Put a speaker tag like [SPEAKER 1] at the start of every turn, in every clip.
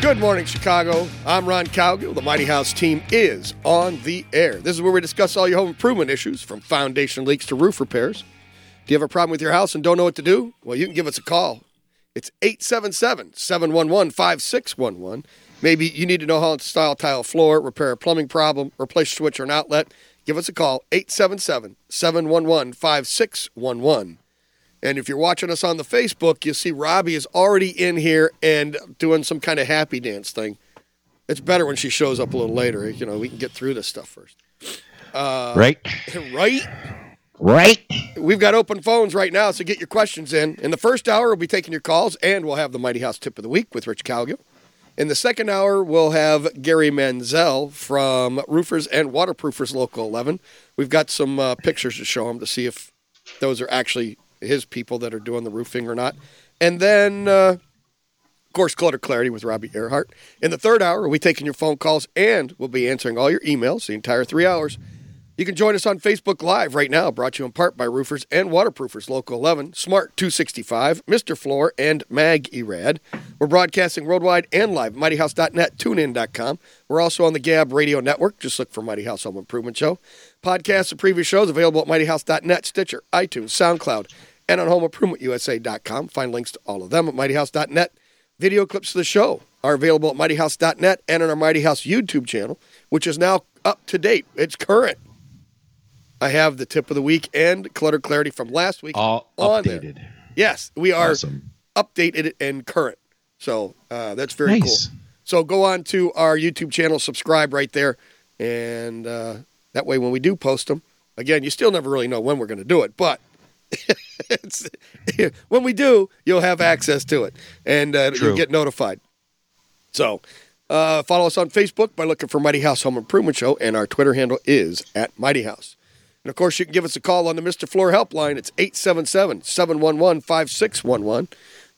[SPEAKER 1] Good morning, Chicago. I'm Ron Cowgill. The Mighty House team is on the air. This is where we discuss all your home improvement issues, from foundation leaks to roof repairs. Do you have a problem with your house and don't know what to do? Well, you can give us a call. It's 877 711 5611. Maybe you need to know how to style tile floor, repair a plumbing problem, replace switch or an outlet. Give us a call, 877 711 5611. And if you're watching us on the Facebook, you see Robbie is already in here and doing some kind of happy dance thing. It's better when she shows up a little later. You know, we can get through this stuff first. Uh,
[SPEAKER 2] Right?
[SPEAKER 1] Right?
[SPEAKER 2] Right?
[SPEAKER 1] We've got open phones right now, so get your questions in. In the first hour, we'll be taking your calls, and we'll have the Mighty House Tip of the Week with Rich Calgill. In the second hour, we'll have Gary Manzel from Roofers and Waterproofers Local 11. We've got some uh, pictures to show him to see if those are actually his people that are doing the roofing or not. And then, uh, of course, Clutter Clarity with Robbie Earhart. In the third hour, we'll be taking your phone calls, and we'll be answering all your emails the entire three hours. You can join us on Facebook Live right now, brought to you in part by Roofers and Waterproofers Local 11, Smart 265, Mr. Floor, and Mag Erad. We're broadcasting worldwide and live at MightyHouse.net, TuneIn.com. We're also on the Gab Radio Network. Just look for Mighty House Home Improvement Show. Podcasts of previous shows available at MightyHouse.net, Stitcher, iTunes, SoundCloud, and on HomeImprovementUSA.com. Find links to all of them at MightyHouse.net. Video clips of the show are available at MightyHouse.net and on our Mighty House YouTube channel, which is now up to date. It's current. I have the tip of the week and clutter clarity from last week.
[SPEAKER 2] All
[SPEAKER 1] on there.
[SPEAKER 2] updated.
[SPEAKER 1] Yes, we are
[SPEAKER 2] Awesome.
[SPEAKER 1] updated and current. So uh, that's very
[SPEAKER 2] Nice.
[SPEAKER 1] cool. So go on to our YouTube channel, subscribe right there, and uh, that way when we do post them, again, you still never really know when we're going to do it, but it's, when we do, you'll have access to it and uh, you'll
[SPEAKER 2] True.
[SPEAKER 1] get notified. So uh, follow us on Facebook by looking for Mighty House Home Improvement Show, and our Twitter handle is at Mighty House. And of course, you can give us a call on the Mr. Floor Helpline. It's 877 711 5611.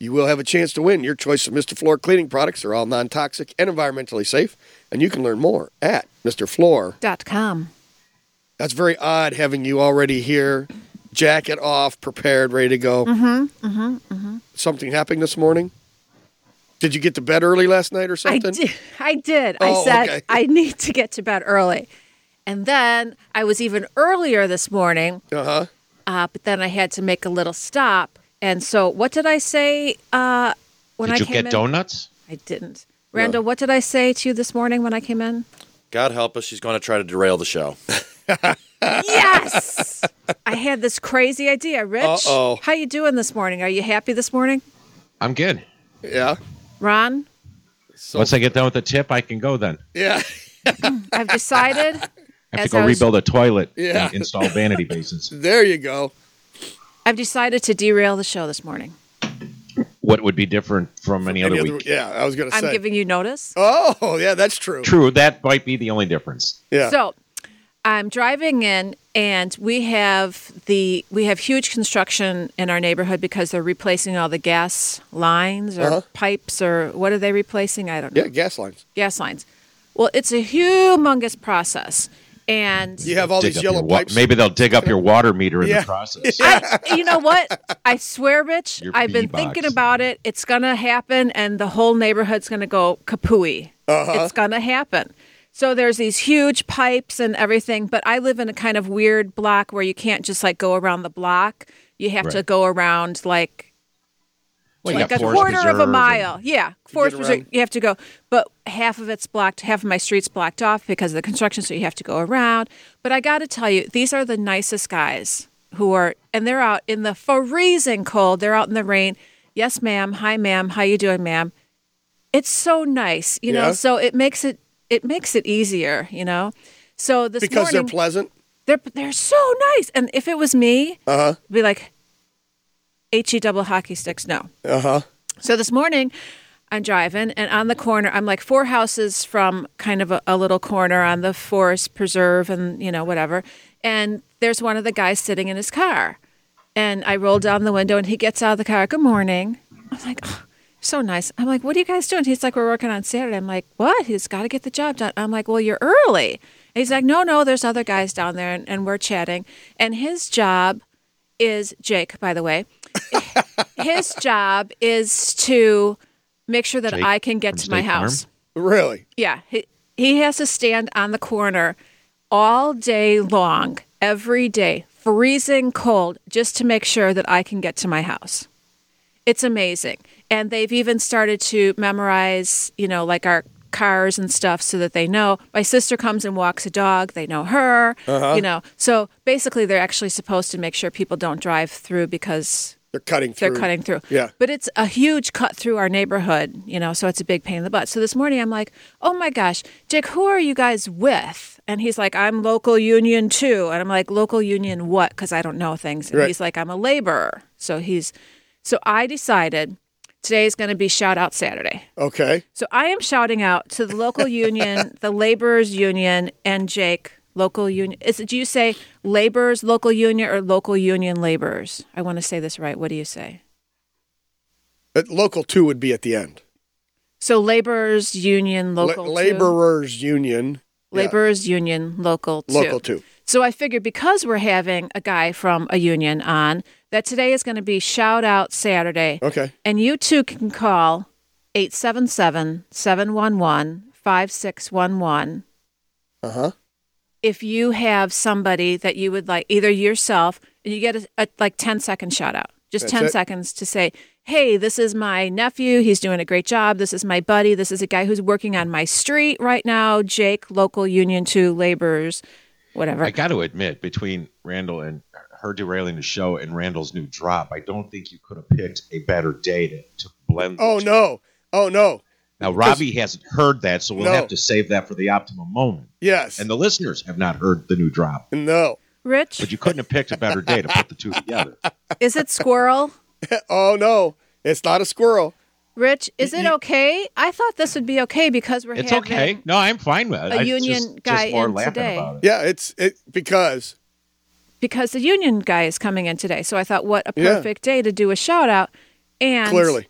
[SPEAKER 1] You will have a chance to win your choice of Mr. Floor cleaning products. They're all non toxic and environmentally safe. And you can learn more at Mr. Floor.
[SPEAKER 3] dot com.
[SPEAKER 1] That's very odd having you already here, jacket off, prepared, ready to go. Mm-hmm, mm-hmm, mm-hmm. Something happened this morning? Did you get to bed early last night or
[SPEAKER 3] I
[SPEAKER 1] something?
[SPEAKER 3] did. I did.
[SPEAKER 1] Oh,
[SPEAKER 3] I said
[SPEAKER 1] okay.
[SPEAKER 3] I need to get to bed early, and then I was even earlier this morning.
[SPEAKER 1] Uh huh.
[SPEAKER 3] Uh, but then I had to make a little stop, and so what did I say uh, when
[SPEAKER 4] Did
[SPEAKER 3] I
[SPEAKER 4] you
[SPEAKER 3] came
[SPEAKER 4] get
[SPEAKER 3] in?
[SPEAKER 4] donuts?
[SPEAKER 3] I didn't. Randall, what did I say to you this morning when I came in?
[SPEAKER 5] God help us, she's going to try to derail the show.
[SPEAKER 3] Yes, I had this crazy idea, Rich.
[SPEAKER 1] Uh-oh.
[SPEAKER 3] How you doing this morning? Are you happy this morning,
[SPEAKER 4] I'm good.
[SPEAKER 1] Yeah.
[SPEAKER 3] Ron?
[SPEAKER 1] Oh.
[SPEAKER 4] Once I get done with the tip, I can go then.
[SPEAKER 1] Yeah.
[SPEAKER 3] I've decided.
[SPEAKER 4] I have
[SPEAKER 3] as
[SPEAKER 4] to go
[SPEAKER 3] I was-
[SPEAKER 4] rebuild a toilet
[SPEAKER 1] Yeah.
[SPEAKER 4] and install vanity bases.
[SPEAKER 1] There you go.
[SPEAKER 3] I've decided to derail the show this morning.
[SPEAKER 4] What would be different from any other
[SPEAKER 1] Any
[SPEAKER 4] week?
[SPEAKER 1] other- yeah, I was going to
[SPEAKER 3] I'm
[SPEAKER 1] say.
[SPEAKER 3] giving you notice.
[SPEAKER 1] oh, yeah, that's true.
[SPEAKER 4] True, that might be the only difference.
[SPEAKER 1] Yeah.
[SPEAKER 3] So I'm driving in and we have the we have huge construction in our neighborhood because they're replacing all the gas lines or
[SPEAKER 1] Uh-huh.
[SPEAKER 3] pipes or what are they replacing? I don't know.
[SPEAKER 1] yeah, gas lines.
[SPEAKER 3] Gas lines. Well, it's a humongous process. And
[SPEAKER 1] You have all
[SPEAKER 4] Dig
[SPEAKER 1] these
[SPEAKER 4] up your
[SPEAKER 1] yellow
[SPEAKER 4] wa-
[SPEAKER 1] pipes.
[SPEAKER 4] Maybe they'll dig up your water meter in
[SPEAKER 1] Yeah.
[SPEAKER 4] the process.
[SPEAKER 3] I, you know what? I swear, Rich,
[SPEAKER 4] Your
[SPEAKER 3] I've been
[SPEAKER 4] bee box.
[SPEAKER 3] thinking about it. It's going to happen, and the whole neighborhood's going to go kapooey.
[SPEAKER 4] Uh-huh.
[SPEAKER 3] It's going to happen. So there's these huge pipes and everything, but I live in a kind of weird block where you can't just like go around the block. You have to
[SPEAKER 4] Right.
[SPEAKER 3] go around like
[SPEAKER 4] Well, you
[SPEAKER 3] like a
[SPEAKER 4] got Forest
[SPEAKER 3] quarter of
[SPEAKER 4] Preserve
[SPEAKER 3] a
[SPEAKER 4] and-
[SPEAKER 3] mile. Yeah, Forest Preserve.
[SPEAKER 1] around.
[SPEAKER 3] You have to go, but half of it's blocked. Half of my street's blocked off because of the construction, so you have to go around. But I got to tell you, these are the nicest guys who are, and they're out in the freezing cold. They're out in the rain. Yes, ma'am. Hi, ma'am. How you doing, ma'am? It's so nice, you
[SPEAKER 1] Yeah.
[SPEAKER 3] know. So it makes it it makes it easier, you know. So this
[SPEAKER 1] because
[SPEAKER 3] morning,
[SPEAKER 1] they're pleasant.
[SPEAKER 3] they're they're so nice. And if it was me, uh-huh. be like, H E double hockey sticks. No. Uh huh. So this morning, I'm driving, and on the corner, I'm like four houses from kind of a, a little corner on the forest preserve, and you know whatever. And there's one of the guys sitting in his car, and I roll down the window, and he gets out of the car. Good morning. I'm like, "Oh, so nice. I'm like, what are you guys doing? He's like, we're working on Saturday. I'm like, what? He's got to get the job done. I'm like, well, you're early. And he's like, no, no, there's other guys down there, and, and we're chatting. And his job is Jake, by the way. his job is to make sure that
[SPEAKER 4] Jake
[SPEAKER 3] I can get
[SPEAKER 4] from
[SPEAKER 3] to my
[SPEAKER 4] State Farm?
[SPEAKER 3] house.
[SPEAKER 1] Really?
[SPEAKER 3] Yeah, he, he has to stand on the corner all day long, every day, freezing cold, just to make sure that I can get to my house. It's amazing. And they've even started to memorize, you know, like our cars and stuff so that they know. My sister comes and walks a dog, they know her, you know. So basically, they're actually supposed to make sure people don't drive through because
[SPEAKER 1] They're cutting through.
[SPEAKER 3] they're cutting through.
[SPEAKER 1] Yeah.
[SPEAKER 3] But it's a huge cut through our neighborhood, you know, so it's a big pain in the butt. So this morning I'm like, oh my gosh, Jake, who are you guys with? And he's like, I'm local union too. And I'm like, local union what? Because I don't know things. And
[SPEAKER 1] Right.
[SPEAKER 3] he's like, I'm a laborer. So he's, so I decided today is going to be shout out Saturday.
[SPEAKER 1] Okay.
[SPEAKER 3] So I am shouting out to the local union, the laborers union, and Jake. Local union. Is it, do you say laborers, local union, or local union laborers? I want to say this right. What do you say?
[SPEAKER 1] But local two would be at the end.
[SPEAKER 3] So laborers union
[SPEAKER 1] La-
[SPEAKER 3] local two.
[SPEAKER 1] Laborers Union. yeah,
[SPEAKER 3] laborers union local two.
[SPEAKER 1] Local two.
[SPEAKER 3] So I figured because we're having a guy from a union on that today is going to be shout out Saturday
[SPEAKER 1] Okay.
[SPEAKER 3] and you too can call 877-711-5611
[SPEAKER 1] Uh huh.
[SPEAKER 3] if you have somebody that you would like either yourself and you get a, a like 10 second shout out. Just
[SPEAKER 1] That's
[SPEAKER 3] 10
[SPEAKER 1] it.
[SPEAKER 3] seconds to say, "Hey, this is my nephew. He's doing a great job. This is my buddy. This is a guy who's working on my street right now, Jake, local union 2 laborers, whatever."
[SPEAKER 4] I got to admit, between Randall and her derailing the show and Randall's new drop, I don't think you could have picked a better day to, to blend. the
[SPEAKER 1] Oh
[SPEAKER 4] two.
[SPEAKER 1] no. Oh no.
[SPEAKER 4] Now Robbie hasn't heard that, so we'll
[SPEAKER 1] No.
[SPEAKER 4] have to save that for the optimum moment.
[SPEAKER 1] Yes.
[SPEAKER 4] And the listeners have not heard the new drop,
[SPEAKER 1] no.
[SPEAKER 4] but
[SPEAKER 3] Rich,
[SPEAKER 4] you couldn't have picked a better day to put the two together.
[SPEAKER 3] is it squirrel?
[SPEAKER 1] Oh no. It's not a squirrel.
[SPEAKER 3] Rich, is it okay? I thought this would be okay because we're
[SPEAKER 4] It's
[SPEAKER 3] having
[SPEAKER 4] okay. No, I'm fine with it.
[SPEAKER 3] a
[SPEAKER 4] I
[SPEAKER 3] union
[SPEAKER 4] just,
[SPEAKER 3] guy
[SPEAKER 4] just more
[SPEAKER 3] in
[SPEAKER 4] laughing
[SPEAKER 3] today.
[SPEAKER 4] about it.
[SPEAKER 1] Yeah. It's it because
[SPEAKER 3] because the union guy is coming in today. So I thought what a
[SPEAKER 1] Yeah.
[SPEAKER 3] perfect day to do a shout out. And
[SPEAKER 1] clearly.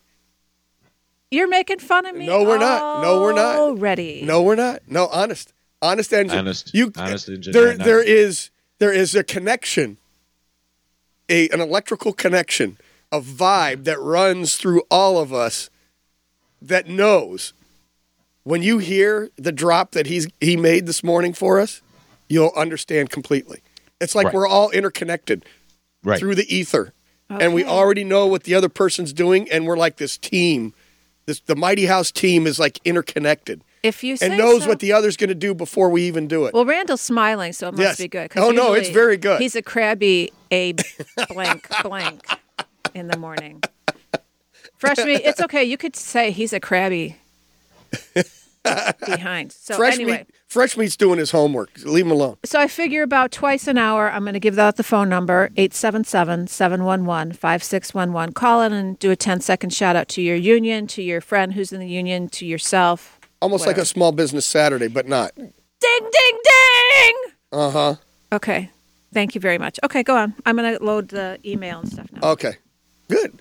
[SPEAKER 3] You're making fun of me.
[SPEAKER 1] No, we're not. No, we're not.
[SPEAKER 3] Already.
[SPEAKER 1] No, we're not. No, honest. Honest engine.
[SPEAKER 4] Honest-
[SPEAKER 1] You.
[SPEAKER 4] honest engine,
[SPEAKER 1] There,
[SPEAKER 4] yeah, not-
[SPEAKER 1] there is there is a connection, a an electrical connection, a vibe that runs through all of us, that knows. When you hear the drop that he's he made this morning for us, you'll understand completely. It's like
[SPEAKER 4] Right.
[SPEAKER 1] we're all interconnected
[SPEAKER 4] Right.
[SPEAKER 1] through the ether, and we already know what the other person's doing, and we're like this team. This the Mighty House team is like interconnected
[SPEAKER 3] If you say
[SPEAKER 1] and knows
[SPEAKER 3] so.
[SPEAKER 1] what the other's going to do before we even do it.
[SPEAKER 3] Well, Randall's smiling, so it must
[SPEAKER 1] Yes.
[SPEAKER 3] be good. 'cause
[SPEAKER 1] Oh, no, it's
[SPEAKER 3] usually
[SPEAKER 1] very good.
[SPEAKER 3] He's a crabby a blank blank in the morning. Fresh meat. It's okay. You could say he's a crabby behind. So
[SPEAKER 1] fresh
[SPEAKER 3] anyway.
[SPEAKER 1] meat, fresh meat's doing his homework. Leave him alone.
[SPEAKER 3] So I figure about twice an hour, I'm going to give out the phone number 877 711 5611. Call in and do a 10 second shout out to your union, to your friend who's in the union, to yourself.
[SPEAKER 1] Almost like a small business Saturday, but not.
[SPEAKER 3] Ding, ding, ding! Uh huh. Okay. Thank you very much. Okay, go on. I'm going to load the email and stuff now.
[SPEAKER 1] Okay, good.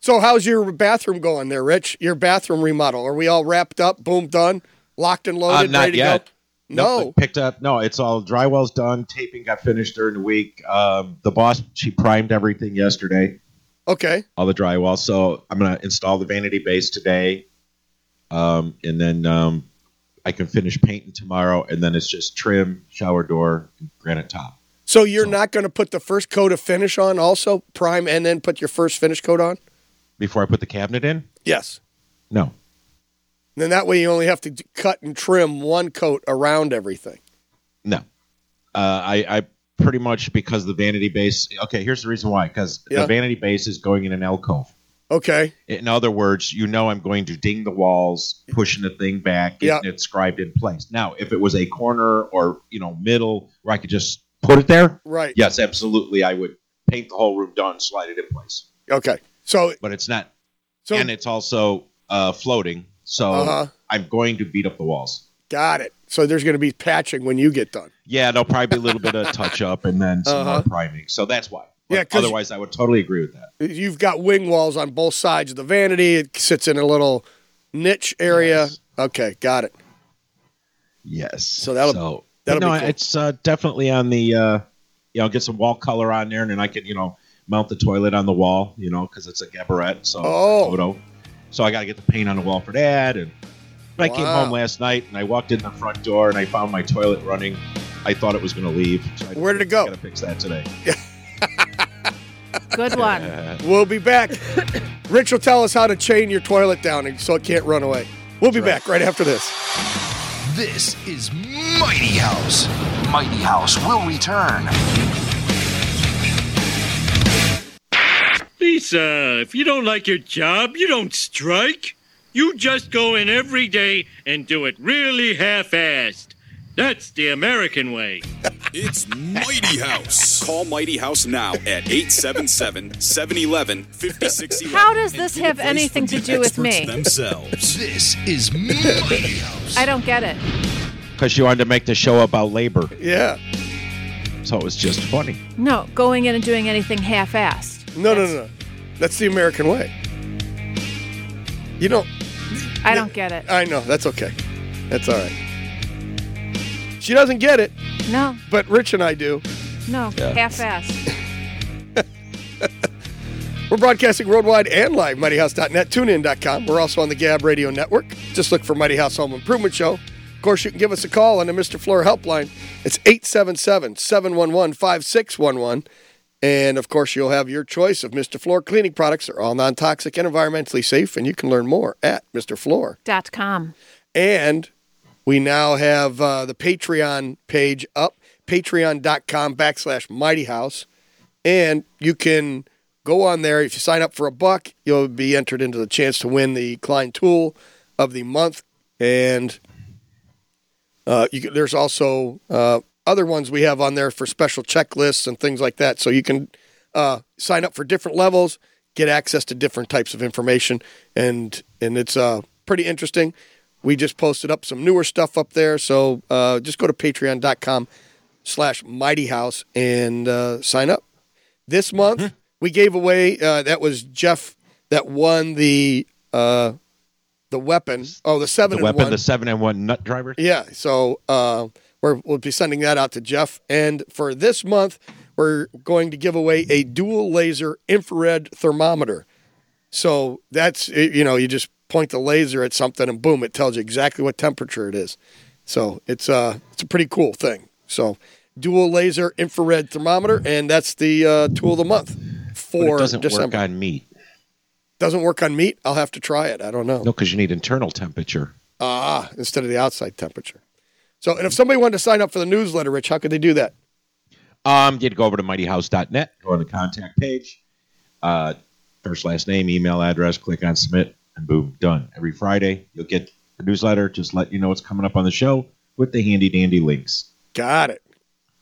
[SPEAKER 1] So how's your bathroom going there, Rich? Your bathroom remodel? Are we all wrapped up? Boom, done, locked and
[SPEAKER 4] Uh,
[SPEAKER 1] loaded,
[SPEAKER 4] not
[SPEAKER 1] ready to
[SPEAKER 4] yet.
[SPEAKER 1] go? No.
[SPEAKER 4] Nothing picked up. No, it's all drywall's done. Taping got finished during the week. Um, the boss she primed everything yesterday,
[SPEAKER 1] Okay.
[SPEAKER 4] all the drywall. So I'm gonna install the vanity base today, um, and then um, I can finish painting tomorrow. And then it's just trim, shower door, and granite top.
[SPEAKER 1] So you're not going to put the first coat of finish on, also prime, and then put your first finish coat on?
[SPEAKER 4] Before I put the cabinet in,
[SPEAKER 1] Yes.
[SPEAKER 4] no,
[SPEAKER 1] Then that way you only have to d- cut and trim one coat around everything.
[SPEAKER 4] No, uh, I, I pretty much because the vanity base. Okay, here's the reason why. Because
[SPEAKER 1] Yeah.
[SPEAKER 4] the vanity base is going in an alcove.
[SPEAKER 1] Okay.
[SPEAKER 4] In other words, you know I'm going to ding the walls, pushing the thing back, getting it scribed in place. Now, if it was a corner or you know middle where I could just put it there,
[SPEAKER 1] Right.
[SPEAKER 4] yes, absolutely, I would paint the whole room done, slide it in place.
[SPEAKER 1] Okay. So
[SPEAKER 4] But it's not,
[SPEAKER 1] so
[SPEAKER 4] and it's also uh, floating, so
[SPEAKER 1] Uh-huh.
[SPEAKER 4] I'm going to beat up the walls.
[SPEAKER 1] Got it. So there's going to be patching when you get done.
[SPEAKER 4] Yeah, there'll probably be a little bit of touch up and then some more priming. So that's why.
[SPEAKER 1] Uh-huh.
[SPEAKER 4] But
[SPEAKER 1] Yeah, 'cause-
[SPEAKER 4] otherwise, I would totally agree with that.
[SPEAKER 1] You've got wing walls on both sides of the vanity. It sits in a little niche area. Okay, got it.
[SPEAKER 4] Yes.
[SPEAKER 1] So that'll- that'll
[SPEAKER 4] no,
[SPEAKER 1] be cool.
[SPEAKER 4] it's uh, definitely on the uh, you know get some wall color on there, and then I can you know mount the toilet on the wall, you know, because it's a gabarette, so
[SPEAKER 1] Oh.
[SPEAKER 4] photo. So I got to get the paint on the wall for that, and but I came
[SPEAKER 1] Wow.
[SPEAKER 4] home last night and I walked in the front door and I found my toilet running. I thought it was going to leave. So I-
[SPEAKER 1] Where did it go?
[SPEAKER 4] I gotta fix that today.
[SPEAKER 3] Good one.
[SPEAKER 1] We'll be back. Rich will tell us how to chain your toilet down so it can't run away. We'll be back right after this.
[SPEAKER 6] This is Mighty House. Mighty House will return.
[SPEAKER 7] Lisa, if you don't like your job, you don't strike. You just go in every day and do it really half assed. That's the American way.
[SPEAKER 8] It's Mighty House. Call Mighty House now at 877 711 5611.
[SPEAKER 3] How does this have anything to do with me?
[SPEAKER 8] Themselves.
[SPEAKER 6] This is Mighty House.
[SPEAKER 3] I don't get it.
[SPEAKER 4] Because you wanted to make the show about labor,
[SPEAKER 1] Yeah.
[SPEAKER 4] so it was just funny.
[SPEAKER 3] No, going in and doing anything half-assed.
[SPEAKER 1] No, no, no, no. That's the American way. You don't.
[SPEAKER 3] I don't get it.
[SPEAKER 1] I know. That's okay. That's all right. She doesn't get it,
[SPEAKER 3] No,
[SPEAKER 1] but Rich and I do.
[SPEAKER 3] no, half-assed.
[SPEAKER 1] We're broadcasting worldwide and live, MightyHouse.net, TuneIn.com. We're also on the Gab Radio Network. Just look for Mighty House Home Improvement Show. Of course, you can give us a call on the Mr. Floor Helpline. It's 877 711 5611. And of course, you'll have your choice of Mr. Floor cleaning products. They're all non toxic and environmentally safe. And you can learn more at Mr. Floor.
[SPEAKER 3] Dot com.
[SPEAKER 1] And we now have uh, the Patreon page up, patreon.com backslash mighty house. And you can go on there. If you sign up for a buck, you'll be entered into the chance to win the Klein Tool of the Month. And uh, you, can- there's also uh, other ones we have on there for special checklists and things like that. So you can uh, sign up for different levels, get access to different types of information, and and it's uh, pretty interesting. We just posted up some newer stuff up there, so uh, just go to Patreon.com/slash Mighty House and uh, sign up. This
[SPEAKER 4] Mm-hmm.
[SPEAKER 1] month we gave away uh, that was Jeff that won the uh, the weapon. Oh, the seven
[SPEAKER 4] The
[SPEAKER 1] and
[SPEAKER 4] weapon,
[SPEAKER 1] one.
[SPEAKER 4] the seven and one nut driver.
[SPEAKER 1] Yeah. So uh, we're, we'll be sending that out to Jeff. And for this month, we're going to give away a dual laser infrared thermometer. So that's, it- you know, you just point the laser at something and boom, it tells you exactly what temperature it is. So it's, uh, it's a pretty cool thing. So dual laser infrared thermometer, and that's the uh, tool of the month
[SPEAKER 4] But
[SPEAKER 1] for
[SPEAKER 4] it doesn't
[SPEAKER 1] December.
[SPEAKER 4] work on meat.
[SPEAKER 1] doesn't work on meat. I'll have to try it. I don't know.
[SPEAKER 4] No, because you need internal temperature.
[SPEAKER 1] Ah, instead of the outside temperature. So, and if somebody wanted to sign up for the newsletter, Rich, how could they do that?
[SPEAKER 4] Um, you would go over to mightyhouse.net, go on the contact page, uh, first, last name, email address, click on submit, and boom, done. Every Friday, you'll get the newsletter, just let you know what's coming up on the show with the handy dandy links.
[SPEAKER 1] Got it.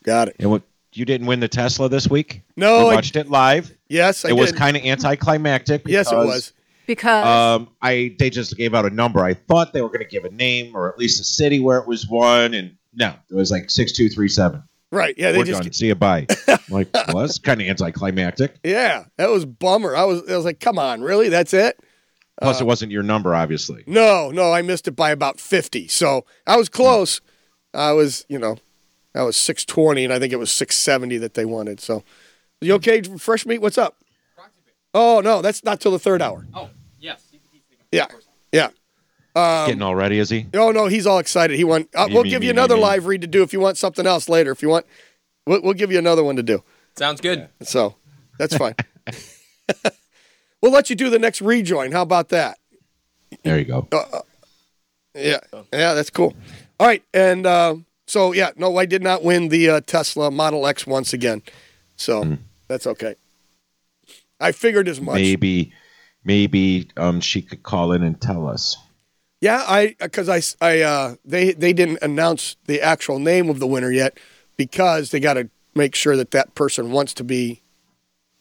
[SPEAKER 1] Got it.
[SPEAKER 4] And what you didn't win the Tesla this week?
[SPEAKER 1] No,
[SPEAKER 4] we
[SPEAKER 1] I-
[SPEAKER 4] watched it live.
[SPEAKER 1] Yes, I
[SPEAKER 4] it was
[SPEAKER 1] did.
[SPEAKER 4] kind of anticlimactic.
[SPEAKER 1] yes, it
[SPEAKER 4] because,
[SPEAKER 1] was.
[SPEAKER 3] Because
[SPEAKER 4] Um, I they just gave out a number. I thought they were going to give a name or at least a city where it was won, and no, it was like six two three seven.
[SPEAKER 1] Right. Yeah, they
[SPEAKER 4] We're
[SPEAKER 1] just.
[SPEAKER 4] done. See you bye. I'm like, well, that's kind of anticlimactic.
[SPEAKER 1] Yeah, that was bummer. I was. I was like, come on, really? That's it?
[SPEAKER 4] Plus,
[SPEAKER 1] Uh,
[SPEAKER 4] it wasn't your number, obviously.
[SPEAKER 1] No, no, I missed it by about fifty. So I was close. I was, you know, I was six twenty, and I think it was six seventy that they wanted. So, you okay? Fresh meat. What's up? Oh no, that's not till the third hour. Oh yes. Yeah. Yeah. um,
[SPEAKER 4] Getting all ready, is he?
[SPEAKER 1] Oh no, he's all excited. He won. Uh,
[SPEAKER 4] Me,
[SPEAKER 1] we'll
[SPEAKER 4] me,
[SPEAKER 1] give
[SPEAKER 4] me,
[SPEAKER 1] you
[SPEAKER 4] me,
[SPEAKER 1] another
[SPEAKER 4] me.
[SPEAKER 1] live read to do if you want something else later. If you want, we'll, we'll give you another one to do.
[SPEAKER 9] Sounds good.
[SPEAKER 1] So that's fine. we'll let you do the next rejoin. How about that?
[SPEAKER 4] There you go.
[SPEAKER 1] Oh, Yeah, yeah, that's cool. All right, and uh, so yeah, no, I did not win the uh, Tesla Model X once again, so that's okay. I figured as much.
[SPEAKER 4] Maybe, maybe um, she could call in and tell us.
[SPEAKER 1] Yeah, I because I s- I, uh, they they didn't announce the actual name of the winner yet because they got to make sure that that person wants to be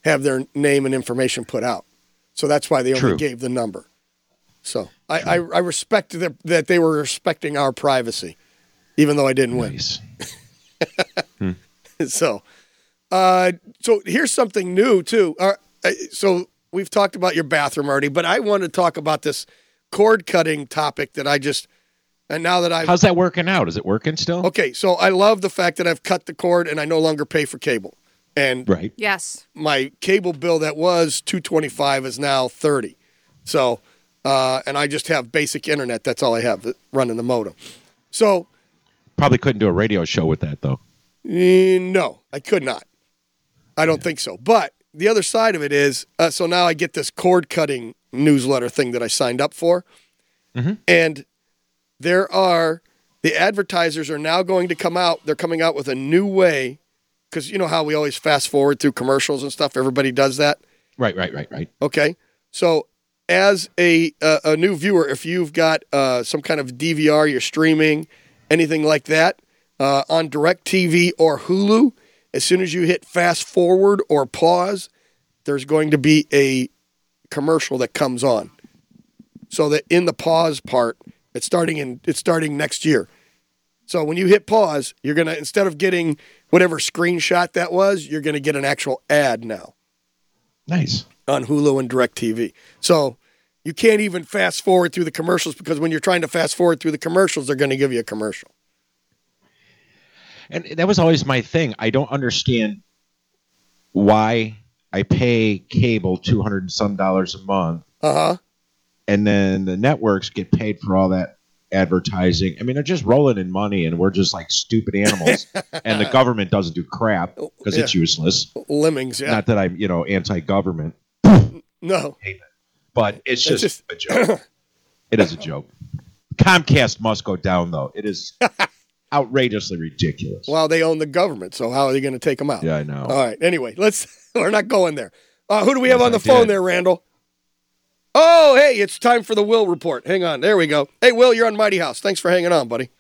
[SPEAKER 1] have their name and information put out. So that's why they only
[SPEAKER 4] True.
[SPEAKER 1] gave the number. So I, I, I respect that that they were respecting our privacy, even though I didn't win.
[SPEAKER 4] Nice.
[SPEAKER 1] so, uh, so here's something new too. Uh, I- so we've talked about your bathroom already, but I want to talk about this cord cutting topic that I just. And now that I've
[SPEAKER 4] How's that working out? Is it working still?
[SPEAKER 1] okay, so I love the fact that I've cut the cord and I no longer pay for cable, and
[SPEAKER 4] Right.
[SPEAKER 3] Yes.
[SPEAKER 1] my cable bill that was two twenty five is now thirty. So, uh, and I just have basic internet. That's all I have uh, running the modem. So
[SPEAKER 4] Probably couldn't do a radio show with that though.
[SPEAKER 1] Eh, No, I could not. I don't think so. But the other side of it is, uh, so now I get this cord cutting newsletter thing that I signed up for, and there are the advertisers are now going to come out. They're coming out with a new way, because you know how we always fast forward through commercials and stuff. Everybody does that.
[SPEAKER 4] Right, right, right, right.
[SPEAKER 1] Okay. So, as a uh, a new viewer, if you've got uh, some kind of DVR, you're streaming, anything like that, uh, on DirecTV or Hulu, as soon as you hit fast forward or pause, there's going to be a commercial that comes on. So that in the pause part, it's starting in it's starting next year. So when you hit pause, you're gonna instead of getting whatever screenshot that was, you're gonna get an actual ad now
[SPEAKER 4] Nice.
[SPEAKER 1] on Hulu and DirecTV. So you can't even fast forward through the commercials because when you're trying to fast forward through the commercials, they're going to give you a commercial.
[SPEAKER 4] And that was always my thing. I don't understand why I pay cable two hundred and some dollars a month,
[SPEAKER 1] Uh huh.
[SPEAKER 4] and then the networks get paid for all that advertising. I mean, they're just rolling in money, and we're just like stupid animals. and the government doesn't do crap because it's useless.
[SPEAKER 1] Lemmings. Oh, Yeah.
[SPEAKER 4] Not that I'm, you know, anti-government,
[SPEAKER 1] no.
[SPEAKER 4] but it's
[SPEAKER 1] It's
[SPEAKER 4] just, a joke. it is a joke. Comcast must go down, though. It is outrageously ridiculous.
[SPEAKER 1] Well, they own the government, so how are they going to take them out?
[SPEAKER 4] yeah, I know.
[SPEAKER 1] All right. Anyway, let's. We're not going there. Uh, who do we have
[SPEAKER 4] Yes,
[SPEAKER 1] on the
[SPEAKER 4] I
[SPEAKER 1] phone
[SPEAKER 4] did.
[SPEAKER 1] there, Randall? Oh, hey, it's time for the Will report. Hang on. There we go. Hey, Will, you're on Mighty House. Thanks for hanging on, buddy.
[SPEAKER 9] Hey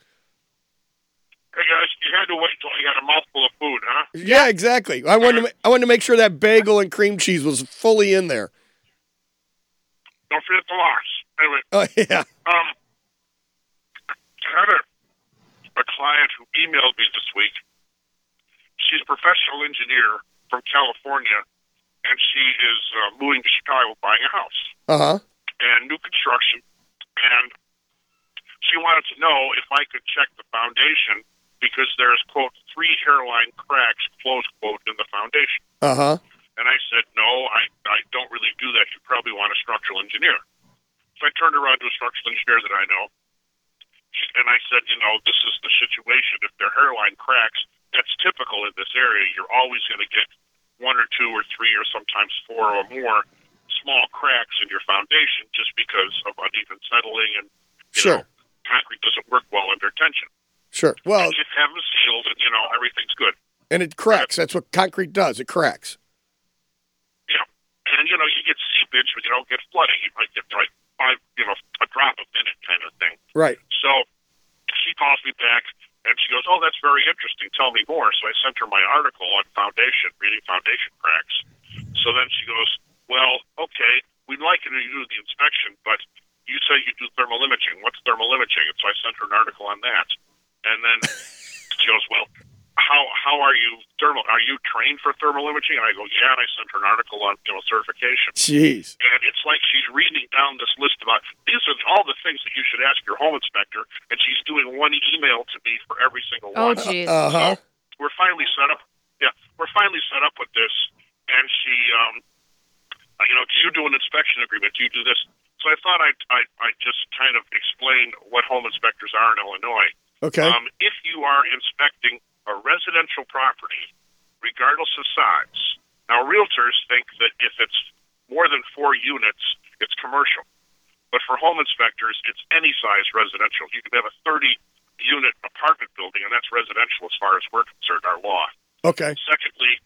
[SPEAKER 9] guys, you had to wait till I got a mouthful of food, huh?
[SPEAKER 1] Yeah, exactly. I wanted to. ma- I wanted to make sure that bagel and cream cheese was fully in there.
[SPEAKER 9] Don't forget the locks. Anyway,
[SPEAKER 1] Oh yeah.
[SPEAKER 9] um, I had a, a client who emailed me this week. She's a professional engineer from California, and she is uh, moving to Chicago buying a house
[SPEAKER 1] Uh huh.
[SPEAKER 9] and new construction. And she wanted to know if I could check the foundation because there's, quote, three hairline cracks, close quote, in the foundation.
[SPEAKER 1] Uh huh.
[SPEAKER 9] And I said, no, I, I don't really do that. You probably want a structural engineer. So I turned around to a structural engineer that I know, and I said, you know, this is the situation. If their hairline cracks, that's typical in this area. You're always going to get one or two or three or sometimes four or more small cracks in your foundation just because of uneven settling and, you
[SPEAKER 1] Sure.
[SPEAKER 9] know, concrete doesn't work well under tension.
[SPEAKER 1] Sure. Well,
[SPEAKER 9] Just have them sealed and, you know, everything's good.
[SPEAKER 1] and it cracks. That's what concrete does. It cracks.
[SPEAKER 9] Yeah. And, you know, you get seepage, but you don't get flooding. You might get, like, five, you know, a drop a minute kind of thing.
[SPEAKER 1] Right.
[SPEAKER 9] So she calls me back and she goes, Oh, that's very interesting. Tell me more. So I sent her my article on foundation, reading foundation cracks. So then she goes, Well, okay, we'd like you to do the inspection, but you say you do thermal imaging. What's thermal imaging? And so I sent her an article on that. And then she goes, Well, how how are you thermal are you trained for thermal imaging? And I go, Yeah, and I sent her an article on you know certification
[SPEAKER 1] Jeez.
[SPEAKER 9] and it's like she's reading down this list about these are all the things that you should ask your home inspector, and she's doing one email to me for every single
[SPEAKER 3] Oh,
[SPEAKER 9] one.
[SPEAKER 3] geez.
[SPEAKER 1] Uh huh.
[SPEAKER 9] We're finally set up. Yeah, we're finally set up with this, and she, um, uh, you know, you do an inspection agreement, you do this. So I thought I'd, I'd, I'd just kind of explain what home inspectors are in Illinois.
[SPEAKER 1] Okay.
[SPEAKER 9] Um, if you are inspecting a residential property, regardless of size, now realtors think that if it's more than four units, it's commercial. But for home inspectors, it's any size residential. You can have a 30 unit apartment building, and that's residential as far as we're concerned, our law.
[SPEAKER 1] okay.
[SPEAKER 9] Secondly,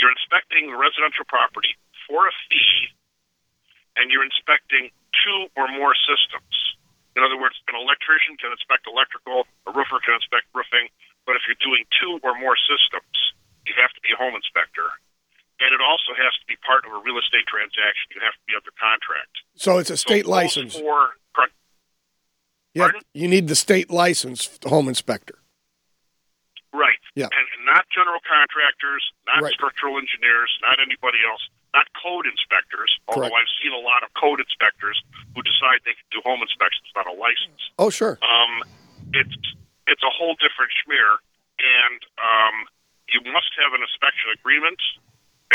[SPEAKER 9] you're inspecting residential property for a fee, and you're inspecting two or more systems. In other words, an electrician can inspect electrical, a roofer can inspect roofing, but if you're doing two or more systems, you have to be a home inspector. and it also has to be part of a real estate transaction. You have to be under contract.
[SPEAKER 1] So it's a state
[SPEAKER 9] those
[SPEAKER 1] license.
[SPEAKER 9] Four, correct.
[SPEAKER 1] Yeah, you need the state license, home inspector.
[SPEAKER 9] Right.
[SPEAKER 1] Yeah.
[SPEAKER 9] And, and not general contractors, not structural engineers, not anybody else, not code inspectors. Although
[SPEAKER 1] Correct.
[SPEAKER 9] I've seen a lot of code inspectors who decide they can do home inspections without a license.
[SPEAKER 1] Oh, sure.
[SPEAKER 9] Um, it's it's a whole different schmear, and um, you must have an inspection agreement,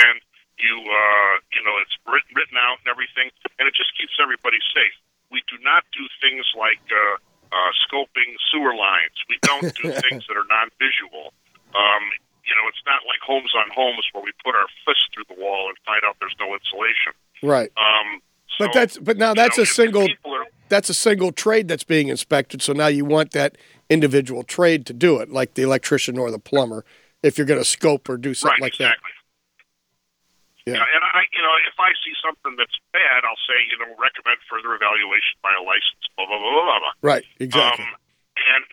[SPEAKER 9] and you uh, you know it's writ- written out and everything, and it just keeps everybody safe. We do not do things like uh, uh, scoping sewer lines. We don't do things that are non-visual. Um, you know, it's not like homes on homes where we put our fist through the wall and find out there's no insulation.
[SPEAKER 1] Right.
[SPEAKER 9] Um,
[SPEAKER 1] But that's but now that's a single
[SPEAKER 9] are-
[SPEAKER 1] that's a single trade that's being inspected. So now you want that individual trade to do it, like the electrician or the plumber, if you're going to scope or do something like that. Yeah.
[SPEAKER 9] Yeah. and I, you know, if I see something that's bad, I'll say, you know, recommend further evaluation by a licensed blah blah blah blah blah. blah.
[SPEAKER 1] Right. Exactly.
[SPEAKER 9] Um, and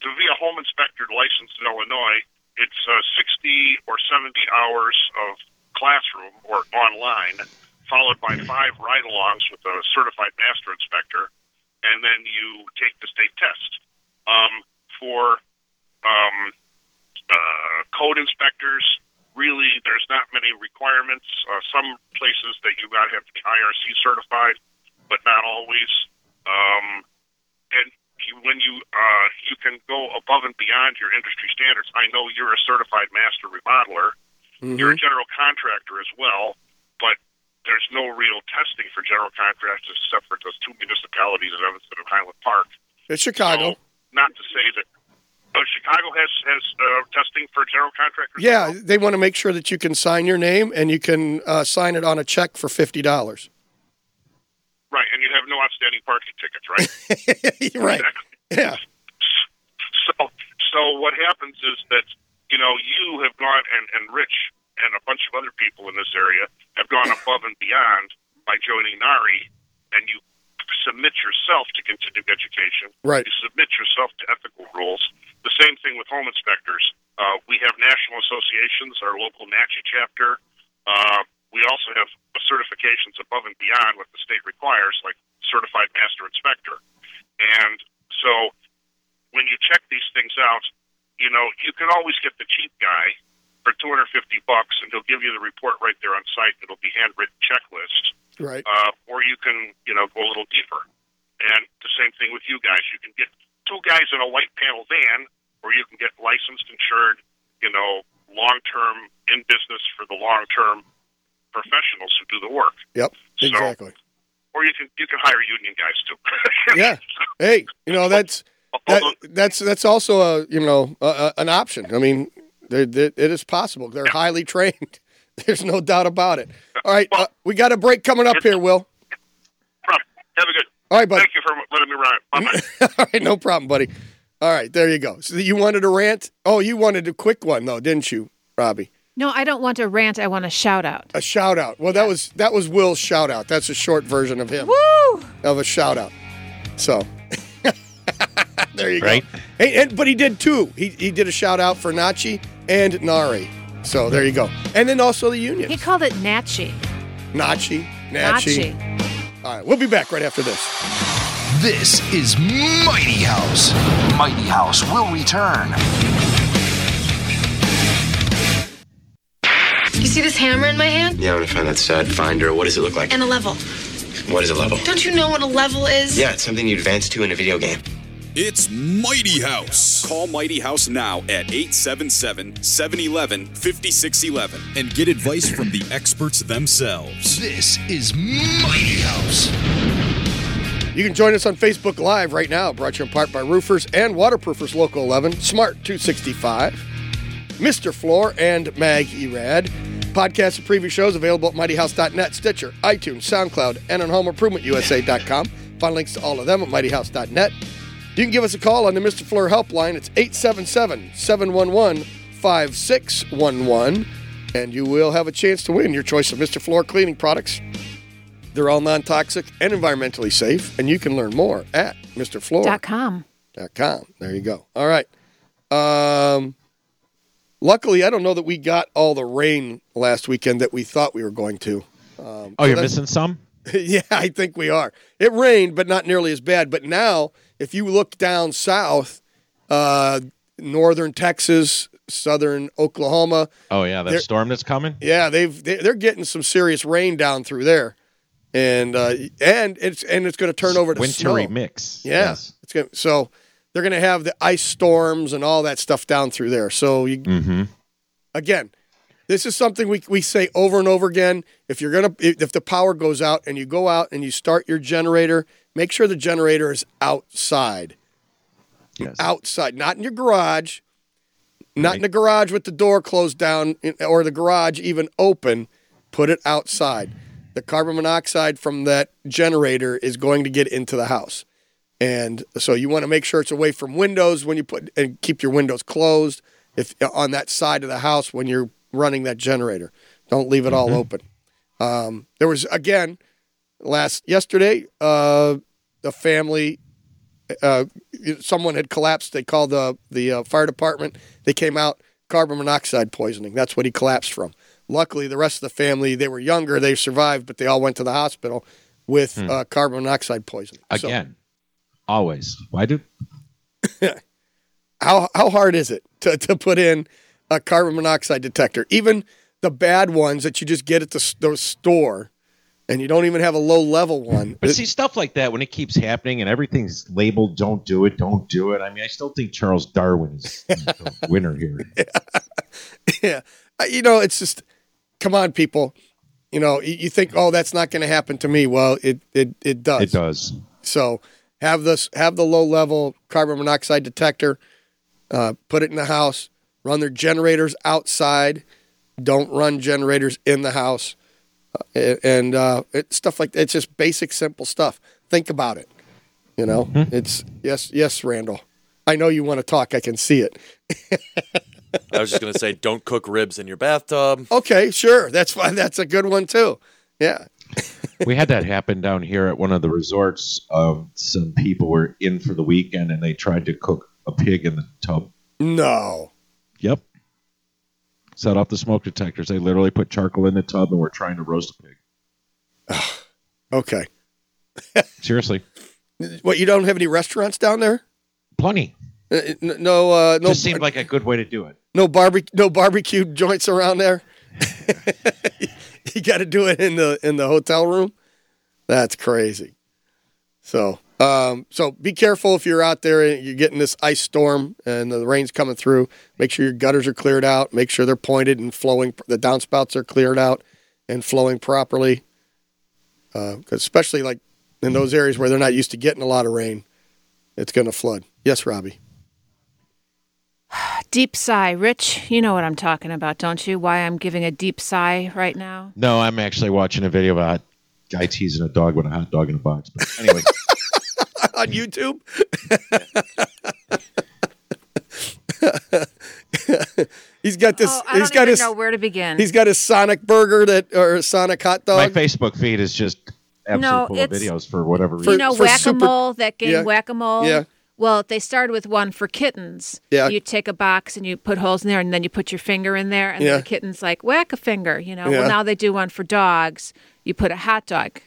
[SPEAKER 9] to be a home inspector licensed in Illinois, it's uh, sixty or seventy hours of classroom or online, followed by five ride-alongs with a certified master inspector, and then you take the state test um, for um, uh, code inspectors. Really, there's not many requirements. Uh, some places that you got to have to be IRC certified, but not always. Um, and you, when you uh, you can go above and beyond your industry standards. I know you're a certified master remodeler.
[SPEAKER 1] Mm-hmm.
[SPEAKER 9] You're a general contractor as well, but there's no real testing for general contractors except for those two municipalities in Evanston and Highland Park
[SPEAKER 1] it's Chicago.
[SPEAKER 9] not to say that oh, Chicago has has uh, testing for general contractors.
[SPEAKER 1] Yeah, they want to make sure that you can sign your name and you can uh, sign it on a check for fifty dollars.
[SPEAKER 9] Right, and you have no outstanding parking tickets, right?
[SPEAKER 1] right. Yeah.
[SPEAKER 9] so so what happens is that you know you have gone and and Rich and a bunch of other people in this area have gone above and beyond by joining NARI, and you submit yourself to continuing education.
[SPEAKER 1] Right.
[SPEAKER 9] You submit yourself to ethical rules. The same thing with home inspectors. Uh, we have national associations, our local NACHI chapter. Uh, we also have certifications above and beyond what the state requires, like certified master inspector. And so when you check these things out, you know, you can always get the cheap guy for 250 bucks and he'll give you the report right there on site. It'll be handwritten checklist.
[SPEAKER 1] Right.
[SPEAKER 9] Uh, or you can, you know, go a little deeper. And the same thing with you guys. You can get two guys in a white panel van or you can get licensed, insured, you know, long-term in business for the long-term professionals who do the work.
[SPEAKER 1] Yep. Exactly.
[SPEAKER 9] Or you can you can hire union guys too.
[SPEAKER 1] yeah. Hey, you know that's that, that's that's also a you know a, a, an option. I mean, they're, they're, it is possible. They're highly trained. There's no doubt about it. All right, uh, we got a break coming up here, Will.
[SPEAKER 9] Have a good.
[SPEAKER 1] All right, buddy.
[SPEAKER 9] Thank you for letting me rhyme. Bye-bye.
[SPEAKER 1] All right, no problem, buddy. All right, there you go. So you wanted a rant? Oh, you wanted a quick one though, didn't you, Robbie?
[SPEAKER 3] No, I don't want a rant. I want a shout out.
[SPEAKER 1] A shout out. Well, that was that was Will's shout out. That's a short version of him.
[SPEAKER 3] Woo!
[SPEAKER 1] Of a shout out. So there you
[SPEAKER 2] Right.
[SPEAKER 1] go. Hey, and, but he did two. He he did a shout out for Nachi and Nari. So there you go. And then also the union.
[SPEAKER 3] He called it Natchi.
[SPEAKER 1] Nachi, Nachi. All right, we'll be back right after this.
[SPEAKER 6] This is Mighty House. Mighty House will return.
[SPEAKER 10] You see this hammer in my hand?
[SPEAKER 11] Yeah, I'm gonna find that stud finder. What does it look like?
[SPEAKER 10] And a level.
[SPEAKER 11] What is a level?
[SPEAKER 10] Don't you know what a level is?
[SPEAKER 11] Yeah, it's something you advance to in a video game.
[SPEAKER 8] It's Mighty House. Call Mighty House now at 877 711 5611 and get advice from the experts themselves.
[SPEAKER 6] This is Mighty House.
[SPEAKER 1] You can join us on Facebook Live right now, brought to you in part by Roofers and Waterproofers Local 11, Smart 265, Mr. Floor, and Mag Erad. Podcasts and preview shows available at mightyhouse.net, Stitcher, iTunes, SoundCloud, and on homeimprovementusa.com. Find links to all of them at mightyhouse.net. You can give us a call on the Mr. Floor helpline. It's 877 711 5611, and you will have a chance to win your choice of Mr. Floor cleaning products. They're all non toxic and environmentally safe, and you can learn more at MrFloor.com.
[SPEAKER 3] Dot com.
[SPEAKER 1] There you go. All right. Um, Luckily, I don't know that we got all the rain last weekend that we thought we were going to. Um,
[SPEAKER 4] Oh,
[SPEAKER 1] so
[SPEAKER 4] you're
[SPEAKER 1] that's-
[SPEAKER 4] missing some.
[SPEAKER 1] yeah, I think we are. It rained, but not nearly as bad. But now, if you look down south, uh, northern Texas, southern Oklahoma,
[SPEAKER 4] Oh yeah, that
[SPEAKER 1] There-
[SPEAKER 4] storm that's coming.
[SPEAKER 1] yeah, they've they- they're getting some serious rain down through there, and uh, and it's and it's going to turn over to
[SPEAKER 4] Wintry
[SPEAKER 1] snow.
[SPEAKER 4] mix.
[SPEAKER 1] Yeah, it's going to so they're going to have the ice storms and all that stuff down through there. So you
[SPEAKER 4] Mm-hmm.
[SPEAKER 1] again, this is something we, we say over and over again. If you're gonna if if the power goes out and you go out and you start your generator, make sure the generator is outside. Outside, not in your garage, not in the garage with the door closed down in- or the garage even open. Put it outside. The carbon monoxide from that generator is going to get into the house. And so you want to make sure it's away from windows when you put and keep your windows closed if on that side of the house when you're running that generator. Don't leave it all
[SPEAKER 4] Mm-hmm.
[SPEAKER 1] open. Um, there was again last yesterday uh, the family uh, someone had collapsed. They called the the uh, fire department. They came out carbon monoxide poisoning. That's what he collapsed from. Luckily, the rest of the family they were younger. They survived, but they all went to the hospital with
[SPEAKER 4] Hmm.
[SPEAKER 1] uh, carbon monoxide poisoning. So-
[SPEAKER 4] Again, always. Why do?
[SPEAKER 1] how how hard is it to, to put in a carbon monoxide detector? Even the bad ones that you just get at the, s- the store, and you don't even have a low level one.
[SPEAKER 4] But see stuff like that when it keeps happening and everything's labeled "Don't do it, don't do it." I mean, I still think Charles Darwin is the winner here.
[SPEAKER 1] yeah, Uh, you know, it's just, come on, people. You know, you, you think, oh, that's not going to happen to me. Well, it it it does.
[SPEAKER 4] It does.
[SPEAKER 1] So have this have the low level carbon monoxide detector. Uh, put it in the house. Run their generators outside. Don't run generators in the house. Uh, and uh, it, stuff like it's just basic, simple stuff. Think about it. You know, it's yes, yes, Randall. I know you want to talk. I can see it.
[SPEAKER 5] I was just gonna say, don't cook ribs in your bathtub.
[SPEAKER 1] Okay, sure. That's fine. That's a good one too. Yeah.
[SPEAKER 4] we had that happen down here at one of the resorts. Um, some people were in for the weekend and they tried to cook a pig in the tub.
[SPEAKER 1] No.
[SPEAKER 4] Yep. Set off the smoke detectors. They literally put charcoal in the tub and were trying to roast a pig.
[SPEAKER 1] Okay.
[SPEAKER 4] Seriously.
[SPEAKER 1] What you don't have any restaurants down there?
[SPEAKER 4] Plenty.
[SPEAKER 1] Uh, uh, n- No. Uh, no.
[SPEAKER 4] Just seemed like a good way to do it.
[SPEAKER 1] no barbecue. No barbecue joints around there. you got to do it in the in the hotel room. That's crazy. So, um, so be careful if you're out there and you're getting this ice storm and the rain's coming through. Make sure your gutters are cleared out. Make sure they're pointed and flowing. The downspouts are cleared out and flowing properly. Because especially like in those areas where they're not used to getting a lot of rain, it's going to flood. Yes, Robbie.
[SPEAKER 3] Deep sigh, Rich. You know what I'm talking about, don't you? Why I'm giving a deep sigh right now.
[SPEAKER 4] No, I'm actually watching a video of a hot guy teasing a dog with a hot dog in a box. But anyway,
[SPEAKER 1] On YouTube. he's got this.
[SPEAKER 3] oh, I
[SPEAKER 1] he's got
[SPEAKER 3] don't even
[SPEAKER 1] his.
[SPEAKER 3] know where to begin.
[SPEAKER 1] He's got his Sonic burger that or his Sonic hot dog.
[SPEAKER 4] my Facebook feed is just absolutely
[SPEAKER 3] No,
[SPEAKER 4] full of
[SPEAKER 3] it's-
[SPEAKER 4] videos for whatever
[SPEAKER 1] For-
[SPEAKER 4] reason.
[SPEAKER 3] you know, whack a mole, that game
[SPEAKER 1] Yeah.
[SPEAKER 3] whack a mole.
[SPEAKER 1] Yeah.
[SPEAKER 3] Well, they started with one for kittens.
[SPEAKER 1] Yeah.
[SPEAKER 3] You take a box and you put holes in there and then you put your finger in there and
[SPEAKER 1] Yeah.
[SPEAKER 3] the kitten's like, whack a finger, you know.
[SPEAKER 1] Yeah.
[SPEAKER 3] Well, now they do one for dogs. You put a hot dog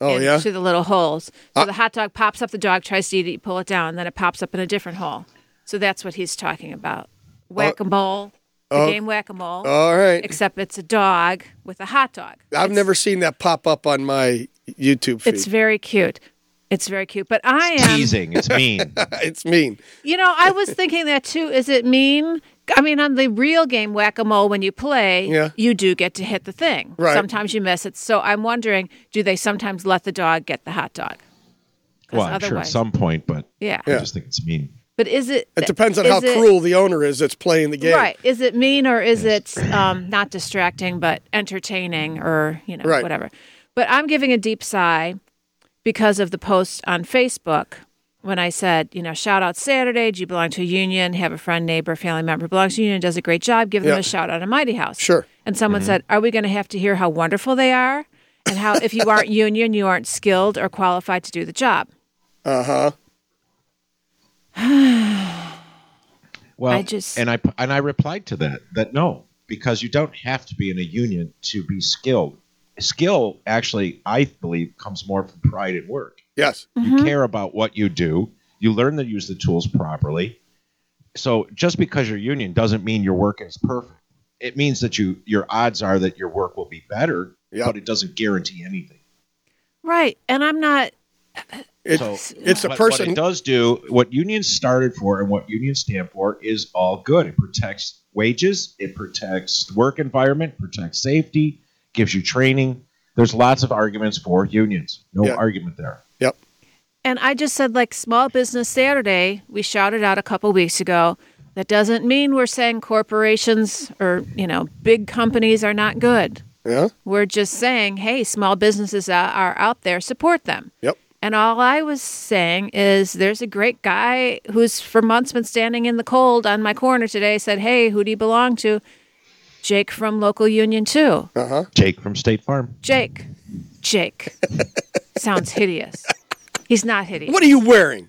[SPEAKER 1] Oh,
[SPEAKER 3] into
[SPEAKER 1] yeah? Uh
[SPEAKER 3] the little holes. So the hot dog pops up, the dog tries to eat it, you pull it down, and then it pops up in a different hole. So that's what he's talking about.
[SPEAKER 1] Uh,
[SPEAKER 3] Whack a mole, the
[SPEAKER 1] oh,
[SPEAKER 3] game whack a mole.
[SPEAKER 1] all right.
[SPEAKER 3] Except it's a dog with a hot dog.
[SPEAKER 1] I've never seen that pop up on my YouTube feed.
[SPEAKER 3] It's very cute. It's very cute. But I am.
[SPEAKER 4] Teasing. It's mean.
[SPEAKER 1] it's mean.
[SPEAKER 3] You know, I was thinking that too. Is it mean? I mean, on the real game whack a mole, when you play,
[SPEAKER 1] Yeah.
[SPEAKER 3] you do get to hit the thing.
[SPEAKER 1] Right.
[SPEAKER 3] Sometimes you miss it. So I'm wondering do they sometimes let the dog get the hot dog? 'Cause
[SPEAKER 4] well, I'm sure at
[SPEAKER 3] otherwise-
[SPEAKER 4] some point, but
[SPEAKER 3] Yeah.
[SPEAKER 4] I just think it's mean.
[SPEAKER 3] But is it.
[SPEAKER 1] It depends on
[SPEAKER 3] is
[SPEAKER 1] how
[SPEAKER 3] it-
[SPEAKER 1] cruel the owner is that's playing the game.
[SPEAKER 3] Right. Is it mean or is it um, not distracting but entertaining or, you know,
[SPEAKER 1] Right.
[SPEAKER 3] whatever? But I'm giving a deep sigh because of the post on Facebook when I said, you know, shout out Saturday. Do you belong to a union? Have a friend, neighbor, family member belongs to a union, does a great job. Give them
[SPEAKER 1] Yeah.
[SPEAKER 3] a shout out at Mighty House.
[SPEAKER 1] Sure.
[SPEAKER 3] And someone said, are we going to have to hear how wonderful they are? And how if you aren't union, you aren't skilled or qualified to do the job.
[SPEAKER 1] Uh huh.
[SPEAKER 4] Well,
[SPEAKER 3] I just-
[SPEAKER 4] and I pu- and I replied to that that no, because you don't have to be in a union to be skilled. Skill actually, I believe, comes more from pride in work.
[SPEAKER 1] Yes,
[SPEAKER 4] you care about what you do. You learn to use the tools properly. So just because you're union doesn't mean your work is perfect. It means that you your odds are that your work will be better, but it doesn't guarantee anything.
[SPEAKER 3] Right. And I'm not.
[SPEAKER 4] so what- What it does do what unions started for and what unions stand for is all good. It protects wages, it protects work environment, protects safety, gives you training. There's lots of arguments for unions. No
[SPEAKER 1] Yeah.
[SPEAKER 4] argument there.
[SPEAKER 1] Yep.
[SPEAKER 3] And I just said, like, Small Business Saturday, we shouted out a couple weeks ago. That doesn't mean we're saying corporations or, you know, big companies are not good.
[SPEAKER 1] Yeah.
[SPEAKER 3] We're just saying, hey, small businesses are, are out there, support them.
[SPEAKER 1] Yep.
[SPEAKER 3] And all I was saying is there's a great guy who's for months been standing in the cold on my corner today said, hey, who do you belong to? Jake from local union two.
[SPEAKER 1] Uh huh.
[SPEAKER 4] Jake from State Farm.
[SPEAKER 3] Jake. Jake. Sounds hideous. He's not hideous.
[SPEAKER 1] What are you wearing?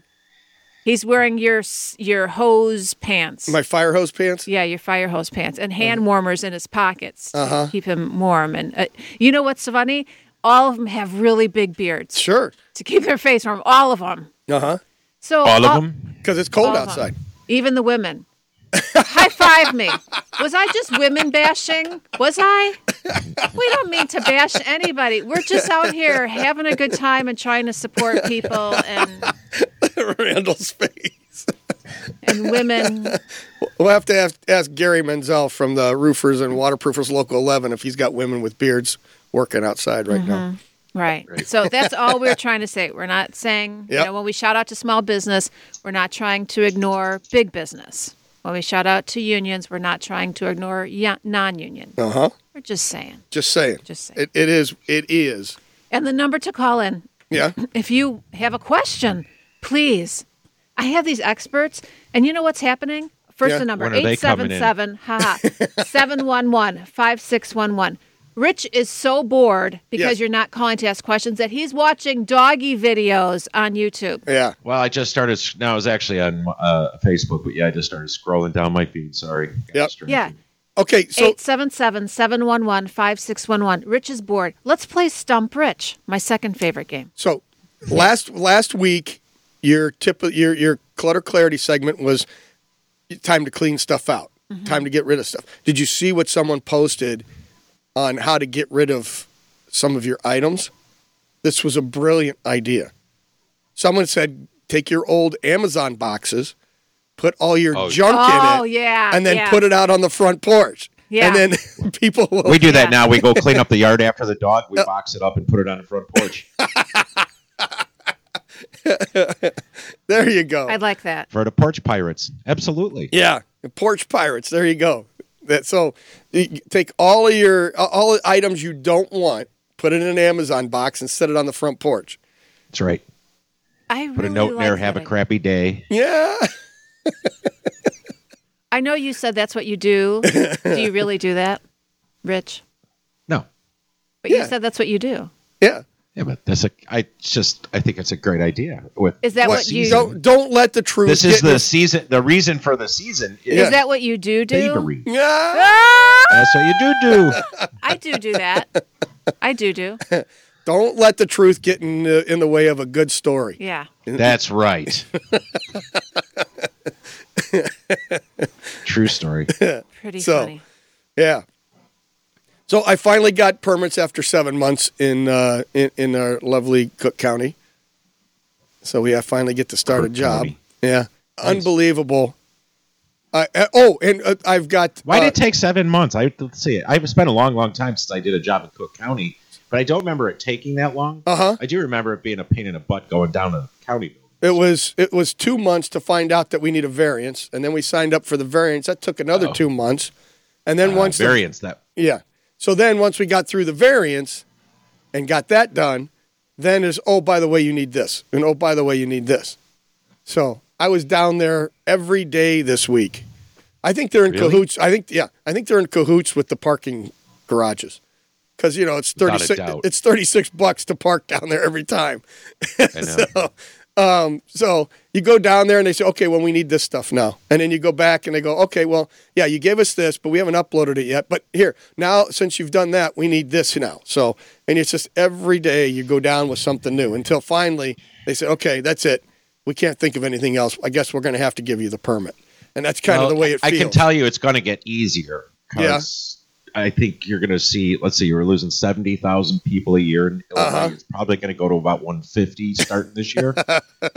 [SPEAKER 3] He's wearing your s- your hose pants.
[SPEAKER 1] My fire hose pants.
[SPEAKER 3] yeah, your fire hose pants and hand warmers in his pockets to
[SPEAKER 1] Uh-huh.
[SPEAKER 3] keep him warm. And uh, you know what's funny? All of them have really big beards.
[SPEAKER 1] Sure.
[SPEAKER 3] To keep their face warm, all of them.
[SPEAKER 1] Uh huh.
[SPEAKER 3] So
[SPEAKER 1] them. Because it's cold
[SPEAKER 3] All of 'em.
[SPEAKER 1] outside.
[SPEAKER 3] Even the women. High five me. Was I just women bashing? Was I? We don't mean to bash anybody. We're just out here having a good time and trying to support people and,
[SPEAKER 1] Randall's face.
[SPEAKER 3] and women.
[SPEAKER 1] We'll have to have, ask Gary Menzel from the Roofers and Waterproofers Local 11 if he's got women with beards working outside right now.
[SPEAKER 3] Right. So that's all we're trying to say. We're not saying, you
[SPEAKER 1] Yep.
[SPEAKER 3] know, when we shout out to small business, we're not trying to ignore big business. When we shout out to unions, we're not trying to ignore y- non union.
[SPEAKER 1] Uh huh.
[SPEAKER 3] We're just saying.
[SPEAKER 1] Just saying.
[SPEAKER 3] Mm-hmm. Just saying.
[SPEAKER 1] It, it is. It is.
[SPEAKER 3] And the number to call in
[SPEAKER 1] Yeah.
[SPEAKER 3] if you have a question, please. I have these experts, and you know what's happening? First,
[SPEAKER 1] Yeah.
[SPEAKER 3] the number
[SPEAKER 1] When are they coming in?
[SPEAKER 3] 877 haha 711 5611. Rich is so bored because
[SPEAKER 4] Yes.
[SPEAKER 3] you're not calling to ask questions that he's watching doggy videos on YouTube.
[SPEAKER 1] Yeah.
[SPEAKER 4] Well, I just started. Now I was actually on uh, Facebook, but yeah, I just started scrolling down my feed. Sorry.
[SPEAKER 1] Yep.
[SPEAKER 3] Yeah.
[SPEAKER 1] Okay. So
[SPEAKER 3] 877 711 5611. Rich is bored. Let's play Stump Rich, my second favorite game.
[SPEAKER 1] So last last week, your tip your your clutter clarity segment was time to clean stuff out,
[SPEAKER 3] Mm-hmm.
[SPEAKER 1] time to get rid of stuff. Did you see what someone posted on how to get rid of some of your items? This was a brilliant idea. Someone said, take your old Amazon boxes, put all your junk
[SPEAKER 3] Oh,
[SPEAKER 1] in it,
[SPEAKER 3] yeah,
[SPEAKER 1] and then
[SPEAKER 3] yeah.
[SPEAKER 1] put it out on the front porch.
[SPEAKER 3] Yeah.
[SPEAKER 1] And then people will
[SPEAKER 4] We do that now. We go clean up the yard after the dog. We box it up and put it on the front porch
[SPEAKER 1] There you go.
[SPEAKER 3] I like that.
[SPEAKER 4] for the porch pirates. Absolutely.
[SPEAKER 1] Yeah, the porch pirates. There you go. That so you take all of your all the items you don't want, put it in an Amazon box and set it on the front porch.
[SPEAKER 4] That's right.
[SPEAKER 3] I really
[SPEAKER 4] Put a note in there.
[SPEAKER 3] like
[SPEAKER 4] Have
[SPEAKER 3] that
[SPEAKER 4] a crappy day.
[SPEAKER 1] Yeah.
[SPEAKER 3] I know you said that's what you do. do you really do that, Rich?
[SPEAKER 4] No.
[SPEAKER 3] But you said that's what you do.
[SPEAKER 1] Yeah.
[SPEAKER 4] Yeah, but that's a. I just. I think it's a great idea. With
[SPEAKER 3] Is
[SPEAKER 4] this
[SPEAKER 3] that what you-
[SPEAKER 4] season.
[SPEAKER 1] Don't don't let the truth.
[SPEAKER 4] This is
[SPEAKER 1] get in-
[SPEAKER 4] the season. The reason for the season is
[SPEAKER 3] Is that what you do do?
[SPEAKER 4] Thievery.
[SPEAKER 1] Yeah.
[SPEAKER 3] Ah!
[SPEAKER 4] That's what you do do.
[SPEAKER 3] I do do that. I do do.
[SPEAKER 1] Don't let the truth get in the, in the way of a good story.
[SPEAKER 3] Yeah.
[SPEAKER 4] That's right. True story.
[SPEAKER 3] Pretty
[SPEAKER 1] so,
[SPEAKER 3] funny.
[SPEAKER 1] Yeah. So I finally got permits after seven months in uh, in, in our lovely Cook County. So we I finally get to start a job. Yeah, unbelievable. I, uh, oh, and uh, I've got.
[SPEAKER 4] Why
[SPEAKER 1] uh,
[SPEAKER 4] did it take seven months? I have to see it. I've spent a long, long time since I did a job in Cook County, but I don't remember it taking that long. Uh
[SPEAKER 1] Uh-huh.
[SPEAKER 4] huh. I do remember it being a pain in the butt going down to the county building.
[SPEAKER 1] It was it was two months to find out that we need a variance, and then we signed up for the variance. That took another two months, and then once the-
[SPEAKER 4] Oh. Uh, variance that
[SPEAKER 1] yeah. So then once we got through the variance, and got that done, then is oh by the way you need this, and oh by the way you need this. So I was down there every day this week. I think they're in
[SPEAKER 12] Really?
[SPEAKER 1] cahoots. I think yeah, I think they're in cahoots with the parking garages. Because you know it's
[SPEAKER 12] Without a
[SPEAKER 1] thirty six.
[SPEAKER 12] doubt.
[SPEAKER 1] It's thirty six bucks to park down there every time.
[SPEAKER 12] I know.
[SPEAKER 1] so Um, so you go down there and they say, okay, well, we need this stuff now. And then you go back and they go, okay, well, yeah, you gave us this, but we haven't uploaded it yet. But here, now, since you've done that, we need this now. So, and it's just every day you go down with something new until finally they say, okay, that's it. We can't think of anything else. I guess we're going to have to give you the permit. And that's kind
[SPEAKER 4] Well,
[SPEAKER 1] of the way it
[SPEAKER 4] I
[SPEAKER 1] feels.
[SPEAKER 4] can tell you it's going to get easier. 'cause I think you're going to see, let's say you were losing 70,000 people a year in Illinois.
[SPEAKER 1] Uh-huh.
[SPEAKER 4] It's probably going to go to about 150 starting this year.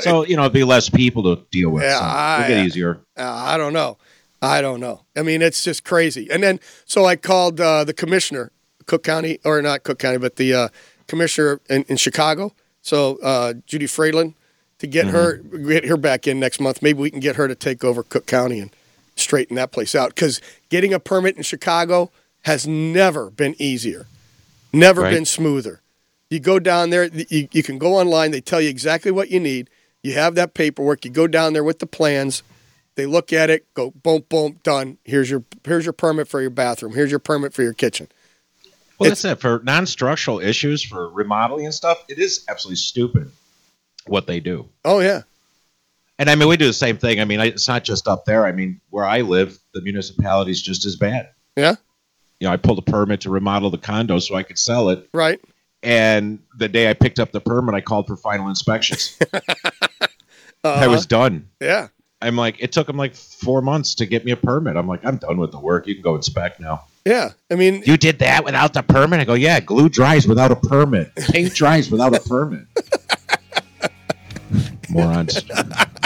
[SPEAKER 4] so, you know, it'll be less people to deal with.
[SPEAKER 1] Yeah,
[SPEAKER 4] so
[SPEAKER 1] I-
[SPEAKER 4] it'll get easier.
[SPEAKER 1] Uh, I don't know. I don't know. I mean, it's just crazy. And then, so I called uh, the commissioner, Cook County, or not Cook County, but the uh, commissioner in, in Chicago. So uh, Judy Friedland to get her get her back in next month. Maybe we can get her to take over Cook County and straighten that place out. Because getting a permit in Chicago has never been easier, never
[SPEAKER 12] Right.
[SPEAKER 1] been smoother. You go down there, you, you can go online, they tell you exactly what you need. You have that paperwork, you go down there with the plans, they look at it, go boom, boom, done. Here's your here's your permit for your bathroom, here's your permit for your kitchen.
[SPEAKER 4] Well, that's it. For non structural issues, for remodeling and stuff, it is absolutely stupid what they do.
[SPEAKER 1] Oh yeah.
[SPEAKER 4] And I mean, we do the same thing. I mean, I, it's not just up there. I mean, where I live, the municipality's just as bad.
[SPEAKER 1] Yeah.
[SPEAKER 4] You know, I pulled a permit to remodel the condo so I could sell it.
[SPEAKER 1] Right.
[SPEAKER 4] And the day I picked up the permit, I called for final inspections. I was done.
[SPEAKER 1] Yeah.
[SPEAKER 4] I'm like, it took them like four months to get me a permit. I'm like, I'm done with the work. You can go inspect now.
[SPEAKER 1] Yeah. I mean,
[SPEAKER 4] You did that without the permit? I go, yeah, glue dries without a permit. Paint dries without a permit. Morons.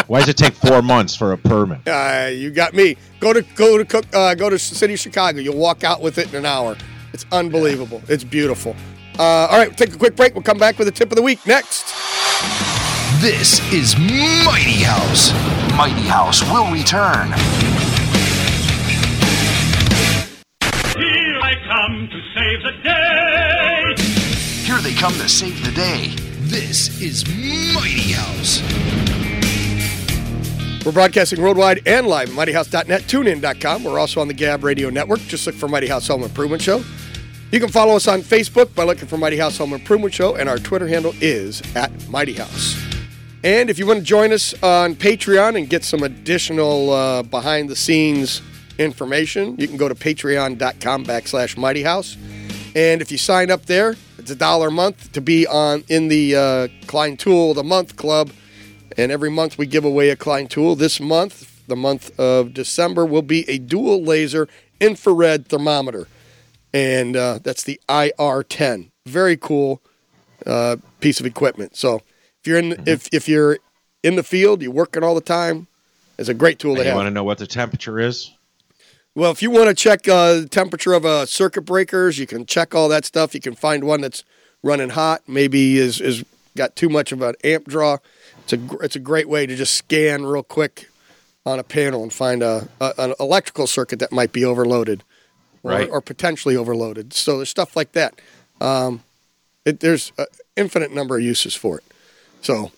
[SPEAKER 4] Why does it take four months for a permit?
[SPEAKER 1] Uh, you got me. Go to go to cook, uh, go to city of Chicago. You'll walk out with it in an hour. It's unbelievable. It's beautiful. Uh, all right, we'll take a quick break. We'll come back with a tip of the week next.
[SPEAKER 6] This is Mighty House. Mighty House will return.
[SPEAKER 13] Here I come to save the day.
[SPEAKER 6] Here they come to save the day. This is Mighty House.
[SPEAKER 1] We're broadcasting worldwide and live at mightyhouse.net, tunein.com. We're also on the Gab Radio Network. Just look for Mighty House Home Improvement Show. You can follow us on Facebook by looking for Mighty House Home Improvement Show, and our Twitter handle is at Mighty House. And if you want to join us on Patreon and get some additional uh, behind the scenes information, you can go to patreon.com backslash Mighty House. And if you sign up there, it's a dollar a month to be on in the uh, Klein Tool of the Month Club. And every month we give away a Klein tool. This month, the month of December, will be a dual laser infrared thermometer. And uh, that's the IR10. Very cool uh, piece of equipment. So if you're in if, if you're in the field, you're working all the time, it's a great tool
[SPEAKER 4] And
[SPEAKER 1] to
[SPEAKER 4] you
[SPEAKER 1] have.
[SPEAKER 4] want to know what the temperature is?
[SPEAKER 1] Well, if you want to check uh, the temperature of uh, circuit breakers, you can check all that stuff. You can find one that's running hot, maybe is is got too much of an amp draw. It's a gr- it's a great way to just scan real quick on a panel and find a, a an electrical circuit that might be overloaded, or,
[SPEAKER 4] Right.
[SPEAKER 1] or potentially overloaded. So there's stuff like that. Um, it, there's an infinite number of uses for it. So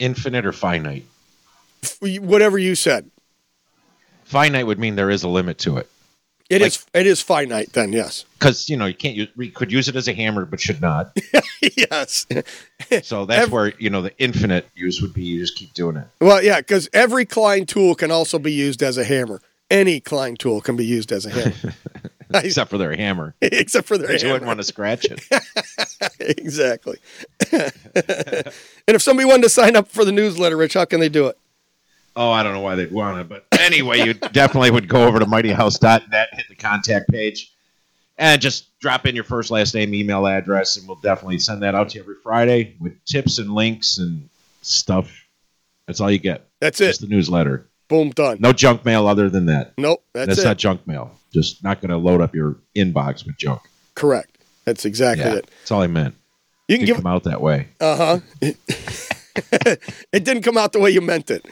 [SPEAKER 4] Infinite or finite?
[SPEAKER 1] f- whatever you said,
[SPEAKER 4] Finite would mean there is a limit to it.
[SPEAKER 1] it is it is finite. Then yes,
[SPEAKER 4] Because, you know, you can't use, we could use it as a hammer, but should not.
[SPEAKER 1] yes.
[SPEAKER 4] So that's where, you know, the infinite use would be you just keep doing it.
[SPEAKER 1] Well, yeah, because every Klein tool can also be used as a hammer. Any Klein tool can be used as a hammer,
[SPEAKER 4] Except for their hammer.
[SPEAKER 1] except for their
[SPEAKER 4] you
[SPEAKER 1] hammer.
[SPEAKER 4] wouldn't want to scratch it.
[SPEAKER 1] exactly. and if somebody wanted to sign up for the newsletter, Rich, how can they do it?
[SPEAKER 4] Oh, I don't know why they'd want it, but anyway, you definitely would go over to mightyhouse.net, hit the contact page, and just drop in your first, last name, email address, and we'll definitely send that out to you every Friday with tips and links and stuff. That's all you get.
[SPEAKER 1] That's
[SPEAKER 4] it. Just the newsletter.
[SPEAKER 1] Boom, done.
[SPEAKER 4] No junk mail other than that.
[SPEAKER 1] Nope,
[SPEAKER 4] And
[SPEAKER 1] that's,
[SPEAKER 4] it's
[SPEAKER 1] it.
[SPEAKER 4] not junk mail. Just not going to load up your inbox with junk.
[SPEAKER 1] Correct. That's exactly
[SPEAKER 4] Yeah,
[SPEAKER 1] it.
[SPEAKER 4] that's all I meant.
[SPEAKER 1] You can
[SPEAKER 4] Didn't
[SPEAKER 1] give-
[SPEAKER 4] come out that way.
[SPEAKER 1] Uh huh. it didn't come out the way you meant it.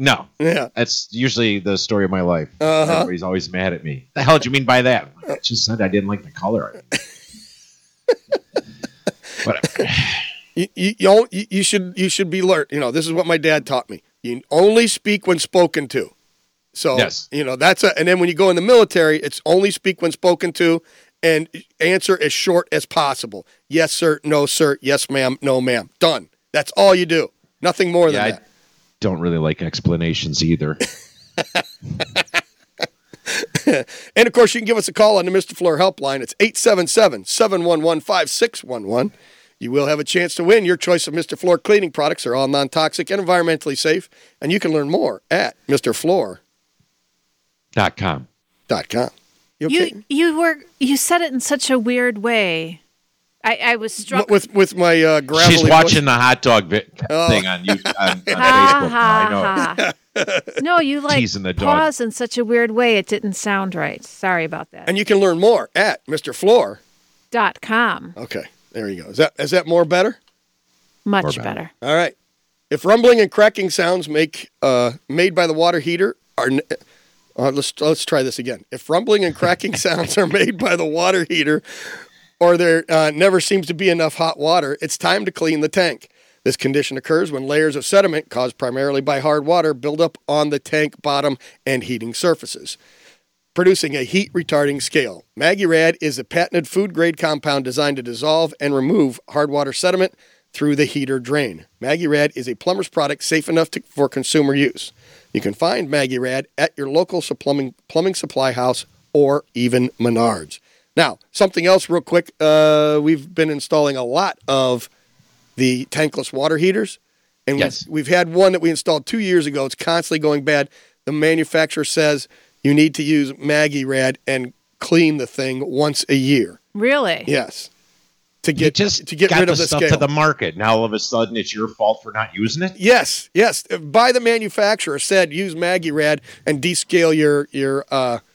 [SPEAKER 4] No.
[SPEAKER 1] Yeah.
[SPEAKER 4] That's usually the story of my life.
[SPEAKER 1] Uh-huh.
[SPEAKER 4] Everybody's always mad at me. The hell did you mean by that? I just said I didn't like the color. Whatever.
[SPEAKER 1] You, you, you, don't- you you should you should be alert. You know, this is what my dad taught me. You only speak when spoken to. So
[SPEAKER 4] Yes.
[SPEAKER 1] you know that's a, and then when you go in the military, it's only speak when spoken to, and answer as short as possible. Yes, sir. No, sir. Yes, ma'am. No, ma'am. Done. That's all you do. Nothing more than
[SPEAKER 4] Yeah, I-
[SPEAKER 1] that.
[SPEAKER 4] Don't really like explanations either.
[SPEAKER 1] and of course, you can give us a call on the Mr. Floor helpline. It's 877 711 5611. You will have a chance to win. Your choice of Mr. Floor cleaning products are all non toxic and environmentally safe. And you can learn more at MrFloor.com.
[SPEAKER 4] Dot com.
[SPEAKER 1] You okay?
[SPEAKER 3] You you were you said it in such a weird way. I, I was struck
[SPEAKER 1] with with my uh, gravelly
[SPEAKER 4] She's
[SPEAKER 1] voice.
[SPEAKER 4] watching the hot dog vi-
[SPEAKER 1] Oh.
[SPEAKER 4] thing on you on, on Facebook.
[SPEAKER 3] ha
[SPEAKER 4] I know.
[SPEAKER 3] ha ha. No, you like
[SPEAKER 4] Teasing the dog.
[SPEAKER 3] pause in such a weird way. It didn't sound right. Sorry about that.
[SPEAKER 1] And you can learn more at Mr. Floor.
[SPEAKER 3] Dot com.
[SPEAKER 1] Okay, there you go. Is that is that more better?
[SPEAKER 3] Much
[SPEAKER 1] More
[SPEAKER 3] better.
[SPEAKER 1] All right. If rumbling and cracking sounds make uh, made by the water heater are n- uh, let's let's try this again. If rumbling and cracking sounds are made by the water heater, or there uh, never seems to be enough hot water, it's time to clean the tank. This condition occurs when layers of sediment, caused primarily by hard water, build up on the tank bottom and heating surfaces producing a heat retarding scale. Magurad is a patented food grade compound designed to dissolve and remove hard water sediment through the heater drain. Magurad is a plumber's product safe enough to, for consumer use. You can find Magurad at your local su- plumbing, plumbing supply house or even Menards. Now, something else, real quick. Uh, we've been installing a lot of the tankless water heaters. And
[SPEAKER 4] Yes.
[SPEAKER 1] we've, we've had one that we installed two years ago. It's constantly going bad. The manufacturer says you need to use Maggie Rad and clean the thing once a year.
[SPEAKER 3] Really?
[SPEAKER 1] Yes. To get to get
[SPEAKER 4] Got
[SPEAKER 1] rid
[SPEAKER 4] the,
[SPEAKER 1] of the
[SPEAKER 4] stuff
[SPEAKER 1] scale.
[SPEAKER 4] to the market. Now all of a sudden it's your fault for not using it.
[SPEAKER 1] yes, yes. By the manufacturer said use Maggie Rad and descale your your uh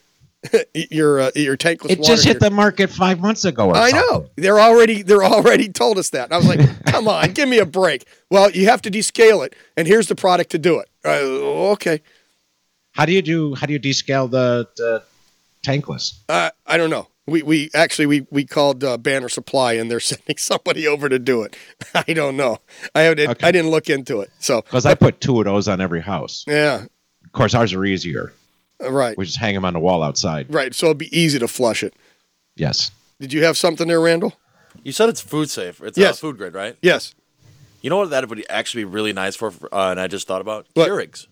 [SPEAKER 1] your uh, your tankless
[SPEAKER 4] It
[SPEAKER 1] water
[SPEAKER 4] just hit
[SPEAKER 1] heater.
[SPEAKER 4] the market five months ago. Or
[SPEAKER 1] I
[SPEAKER 4] something.
[SPEAKER 1] know. They're already they're already told us that. And I was like, come on, give me a break. Well, you have to descale it, and here's the product to do it. Uh, okay.
[SPEAKER 4] How do you do? How do you descale the, the tankless?
[SPEAKER 1] Uh, I don't know. We we actually we we called uh, Banner Supply and they're sending somebody over to do it. I don't know. I haven't. I didn't look into it. So
[SPEAKER 4] Because I put two of those on every house.
[SPEAKER 1] yeah,
[SPEAKER 4] Of course, ours are easier.
[SPEAKER 1] right,
[SPEAKER 4] We just hang them on the wall outside.
[SPEAKER 1] right. So it'd be easy to flush it.
[SPEAKER 4] Yes.
[SPEAKER 1] Did you have something there, Randall?
[SPEAKER 5] You said it's food safe. It's
[SPEAKER 1] Yes.
[SPEAKER 5] uh, food grade, right?
[SPEAKER 1] Yes.
[SPEAKER 5] You know what that would actually be really nice for, uh, and I just thought about
[SPEAKER 1] What?
[SPEAKER 5] Keurigs.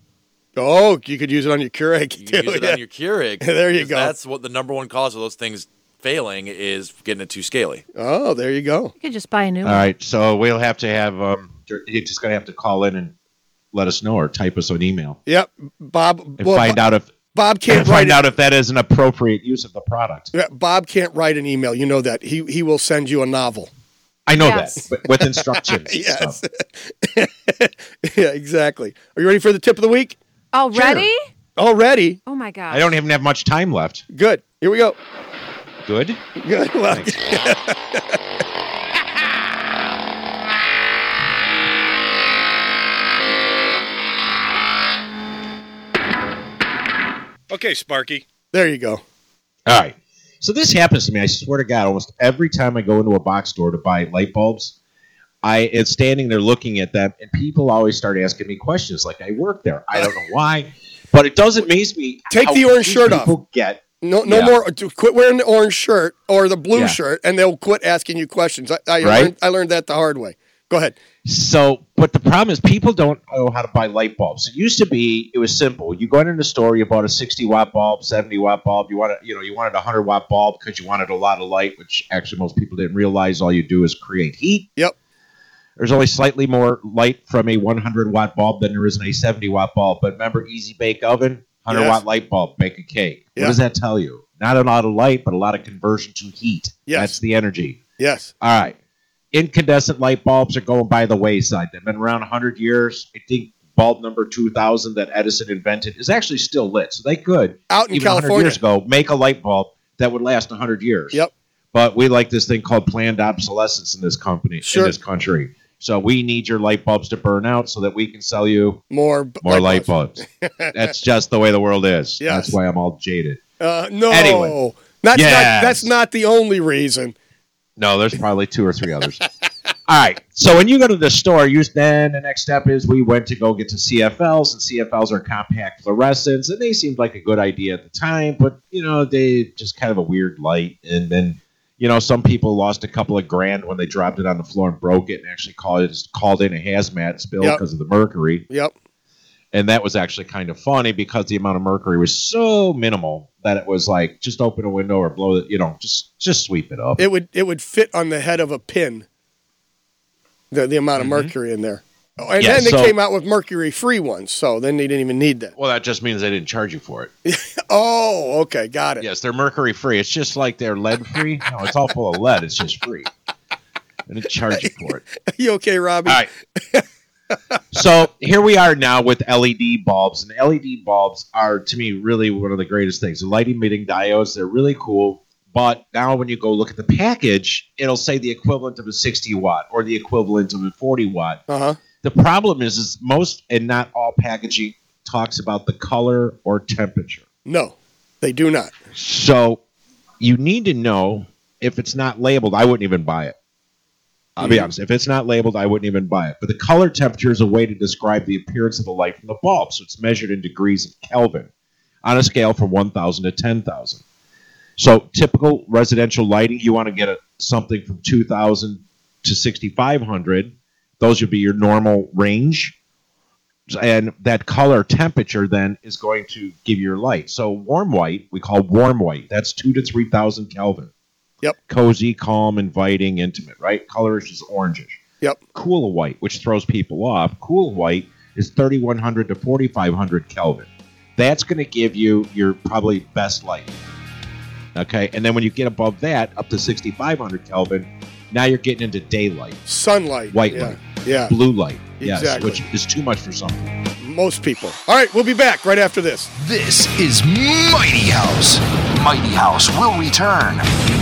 [SPEAKER 1] Oh, you could use it on your Keurig.
[SPEAKER 5] You
[SPEAKER 1] too,
[SPEAKER 5] use it
[SPEAKER 1] yeah.
[SPEAKER 5] on your Keurig.
[SPEAKER 1] There you
[SPEAKER 5] 'cause
[SPEAKER 1] go.
[SPEAKER 5] That's what the number one cause of those things failing is getting it too scaly.
[SPEAKER 1] Oh, there you go.
[SPEAKER 3] You could just buy a new
[SPEAKER 4] All
[SPEAKER 3] one.
[SPEAKER 4] right. So we'll have to have. Um, you're you're just gonna have to call in and let us know, or type us an email
[SPEAKER 1] Yep. Bob.
[SPEAKER 4] and
[SPEAKER 1] well,
[SPEAKER 4] find
[SPEAKER 1] Bo-
[SPEAKER 4] out if
[SPEAKER 1] Bob can't write.
[SPEAKER 4] find out if that is an appropriate use of the product.
[SPEAKER 1] Yeah, Bob can't write an email. You know that. He he will send you a novel.
[SPEAKER 4] I know
[SPEAKER 1] Yes.
[SPEAKER 4] that, but with instructions. and
[SPEAKER 1] Yes.
[SPEAKER 4] stuff.
[SPEAKER 1] yeah, exactly. Are you ready for the tip of the week?
[SPEAKER 3] Already?
[SPEAKER 1] Already.
[SPEAKER 3] Oh my god.
[SPEAKER 4] I don't even have much time left.
[SPEAKER 1] Good. Here we go.
[SPEAKER 4] Good.
[SPEAKER 1] Good. Well,
[SPEAKER 12] Okay, Sparky.
[SPEAKER 1] there you go.
[SPEAKER 4] All right. So this happens to me. I swear to God, almost every time I go into a box store to buy light bulbs, I am standing there looking at them, and people always start asking me questions. Like I work there. I don't know why, but it doesn't amaze me.
[SPEAKER 1] Take
[SPEAKER 4] how
[SPEAKER 1] the orange
[SPEAKER 4] these
[SPEAKER 1] shirt off.
[SPEAKER 4] people Get
[SPEAKER 1] No, no
[SPEAKER 4] Yeah.
[SPEAKER 1] more. to Quit wearing the orange shirt or the blue
[SPEAKER 4] Yeah.
[SPEAKER 1] shirt, and they'll quit asking you questions. I, I,
[SPEAKER 4] Right?
[SPEAKER 1] learned, I learned that the hard way. Go ahead.
[SPEAKER 4] So, but the problem is people don't know how to buy light bulbs. It used to be it was simple. You go into the store, you bought a 60 watt bulb, 70 watt bulb. You wanted, you know, you wanted a 100 watt bulb because you wanted a lot of light, which actually most people didn't realize. All you do is create heat.
[SPEAKER 1] Yep.
[SPEAKER 4] There's only slightly more light from a 100 watt bulb than there is in a 70 watt bulb. But remember, easy bake oven, 100
[SPEAKER 1] Yes.
[SPEAKER 4] watt light bulb, bake a cake.
[SPEAKER 1] Yeah.
[SPEAKER 4] What does that tell you? Not a lot of light, but a lot of conversion to heat.
[SPEAKER 1] Yes.
[SPEAKER 4] That's the energy.
[SPEAKER 1] Yes.
[SPEAKER 4] All right. Incandescent light bulbs are going by the wayside. They've been around 100 years. I think bulb number 2000 that Edison invented is actually still lit. So they could,
[SPEAKER 1] Out in
[SPEAKER 4] even 100
[SPEAKER 1] California.
[SPEAKER 4] years ago, make a light bulb that would last 100 years.
[SPEAKER 1] Yep.
[SPEAKER 4] But we like this thing called planned obsolescence in this company,
[SPEAKER 1] Sure.
[SPEAKER 4] in this country. So we need your light bulbs to burn out so that we can sell you
[SPEAKER 1] More. b-
[SPEAKER 4] more light bulbs. That's just the way the world is.
[SPEAKER 1] Yes.
[SPEAKER 4] That's why I'm all jaded.
[SPEAKER 1] uh, no.
[SPEAKER 4] Anyway.
[SPEAKER 1] That's not.
[SPEAKER 4] Yes.
[SPEAKER 1] That's not the only reason.
[SPEAKER 4] No, there's probably two or three others. All right. So when you go to the store, you then the next step is we went to go get to CFLs, and CFLs are compact fluorescents, and they seemed like a good idea at the time, but you know they just kind of a weird light, and then you know, some people lost a couple of grand when they dropped it on the floor and broke it and actually called it called in a hazmat spill
[SPEAKER 1] Yep.
[SPEAKER 4] because of the mercury.
[SPEAKER 1] Yep.
[SPEAKER 4] And that was actually kind of funny because the amount of mercury was so minimal that it was like just open a window or blow it, you know, just just sweep it up.
[SPEAKER 1] It would it would fit on the head of a pin. The the amount of mercury in there. Oh, and
[SPEAKER 4] Mm-hmm. Yeah,
[SPEAKER 1] then they
[SPEAKER 4] so-
[SPEAKER 1] came out with mercury free ones, so then they didn't even need that.
[SPEAKER 4] well, that just means they didn't charge you for it.
[SPEAKER 1] Oh, okay, got it.
[SPEAKER 4] Yes, they're mercury free. It's just like they're lead free. No, it's all full of lead. It's just free. They didn't charge you for it.
[SPEAKER 1] you okay, Robbie?
[SPEAKER 4] All right. so here we are now with LED bulbs, and LED bulbs are to me really one of the greatest things. The light emitting diodes, they're really cool. But now when you go look at the package, it'll say the equivalent of a 60 watt or the equivalent of a 40 watt.
[SPEAKER 1] Uh-huh.
[SPEAKER 4] The problem is, is most and not all packaging talks about the color or temperature.
[SPEAKER 1] No, they do not.
[SPEAKER 4] So you need to know if it's not labeled, I wouldn't even buy it. I'll be honest. If it's not labeled, I wouldn't even buy it. But the color temperature is a way to describe the appearance of the light from the bulb. So it's measured in degrees of Kelvin on a scale from 1,000 to 10,000. So typical residential lighting, you want to get a, something from 2,000 to 6,500. Those would be your normal range and that color temperature then is going to give your light. So warm white we call warm white. That's two to three thousand Kelvin.
[SPEAKER 1] Yep.
[SPEAKER 4] Cozy, calm, inviting, intimate. Right. Colorish is orangish.
[SPEAKER 1] Yep.
[SPEAKER 4] Cool white, which throws people off. Cool white is thirty one hundred to forty five hundred Kelvin. That's going to give you your probably best light. Okay, and then when you get above that, up to sixty five hundred Kelvin, now you're getting into daylight,
[SPEAKER 1] sunlight,
[SPEAKER 4] white
[SPEAKER 1] yeah,
[SPEAKER 4] light,
[SPEAKER 1] yeah.
[SPEAKER 4] blue light. Yes,
[SPEAKER 1] Exactly.
[SPEAKER 4] which is too much for some people.
[SPEAKER 1] Most people. All right, we'll be back right after this.
[SPEAKER 6] This is Mighty House. Mighty House will return.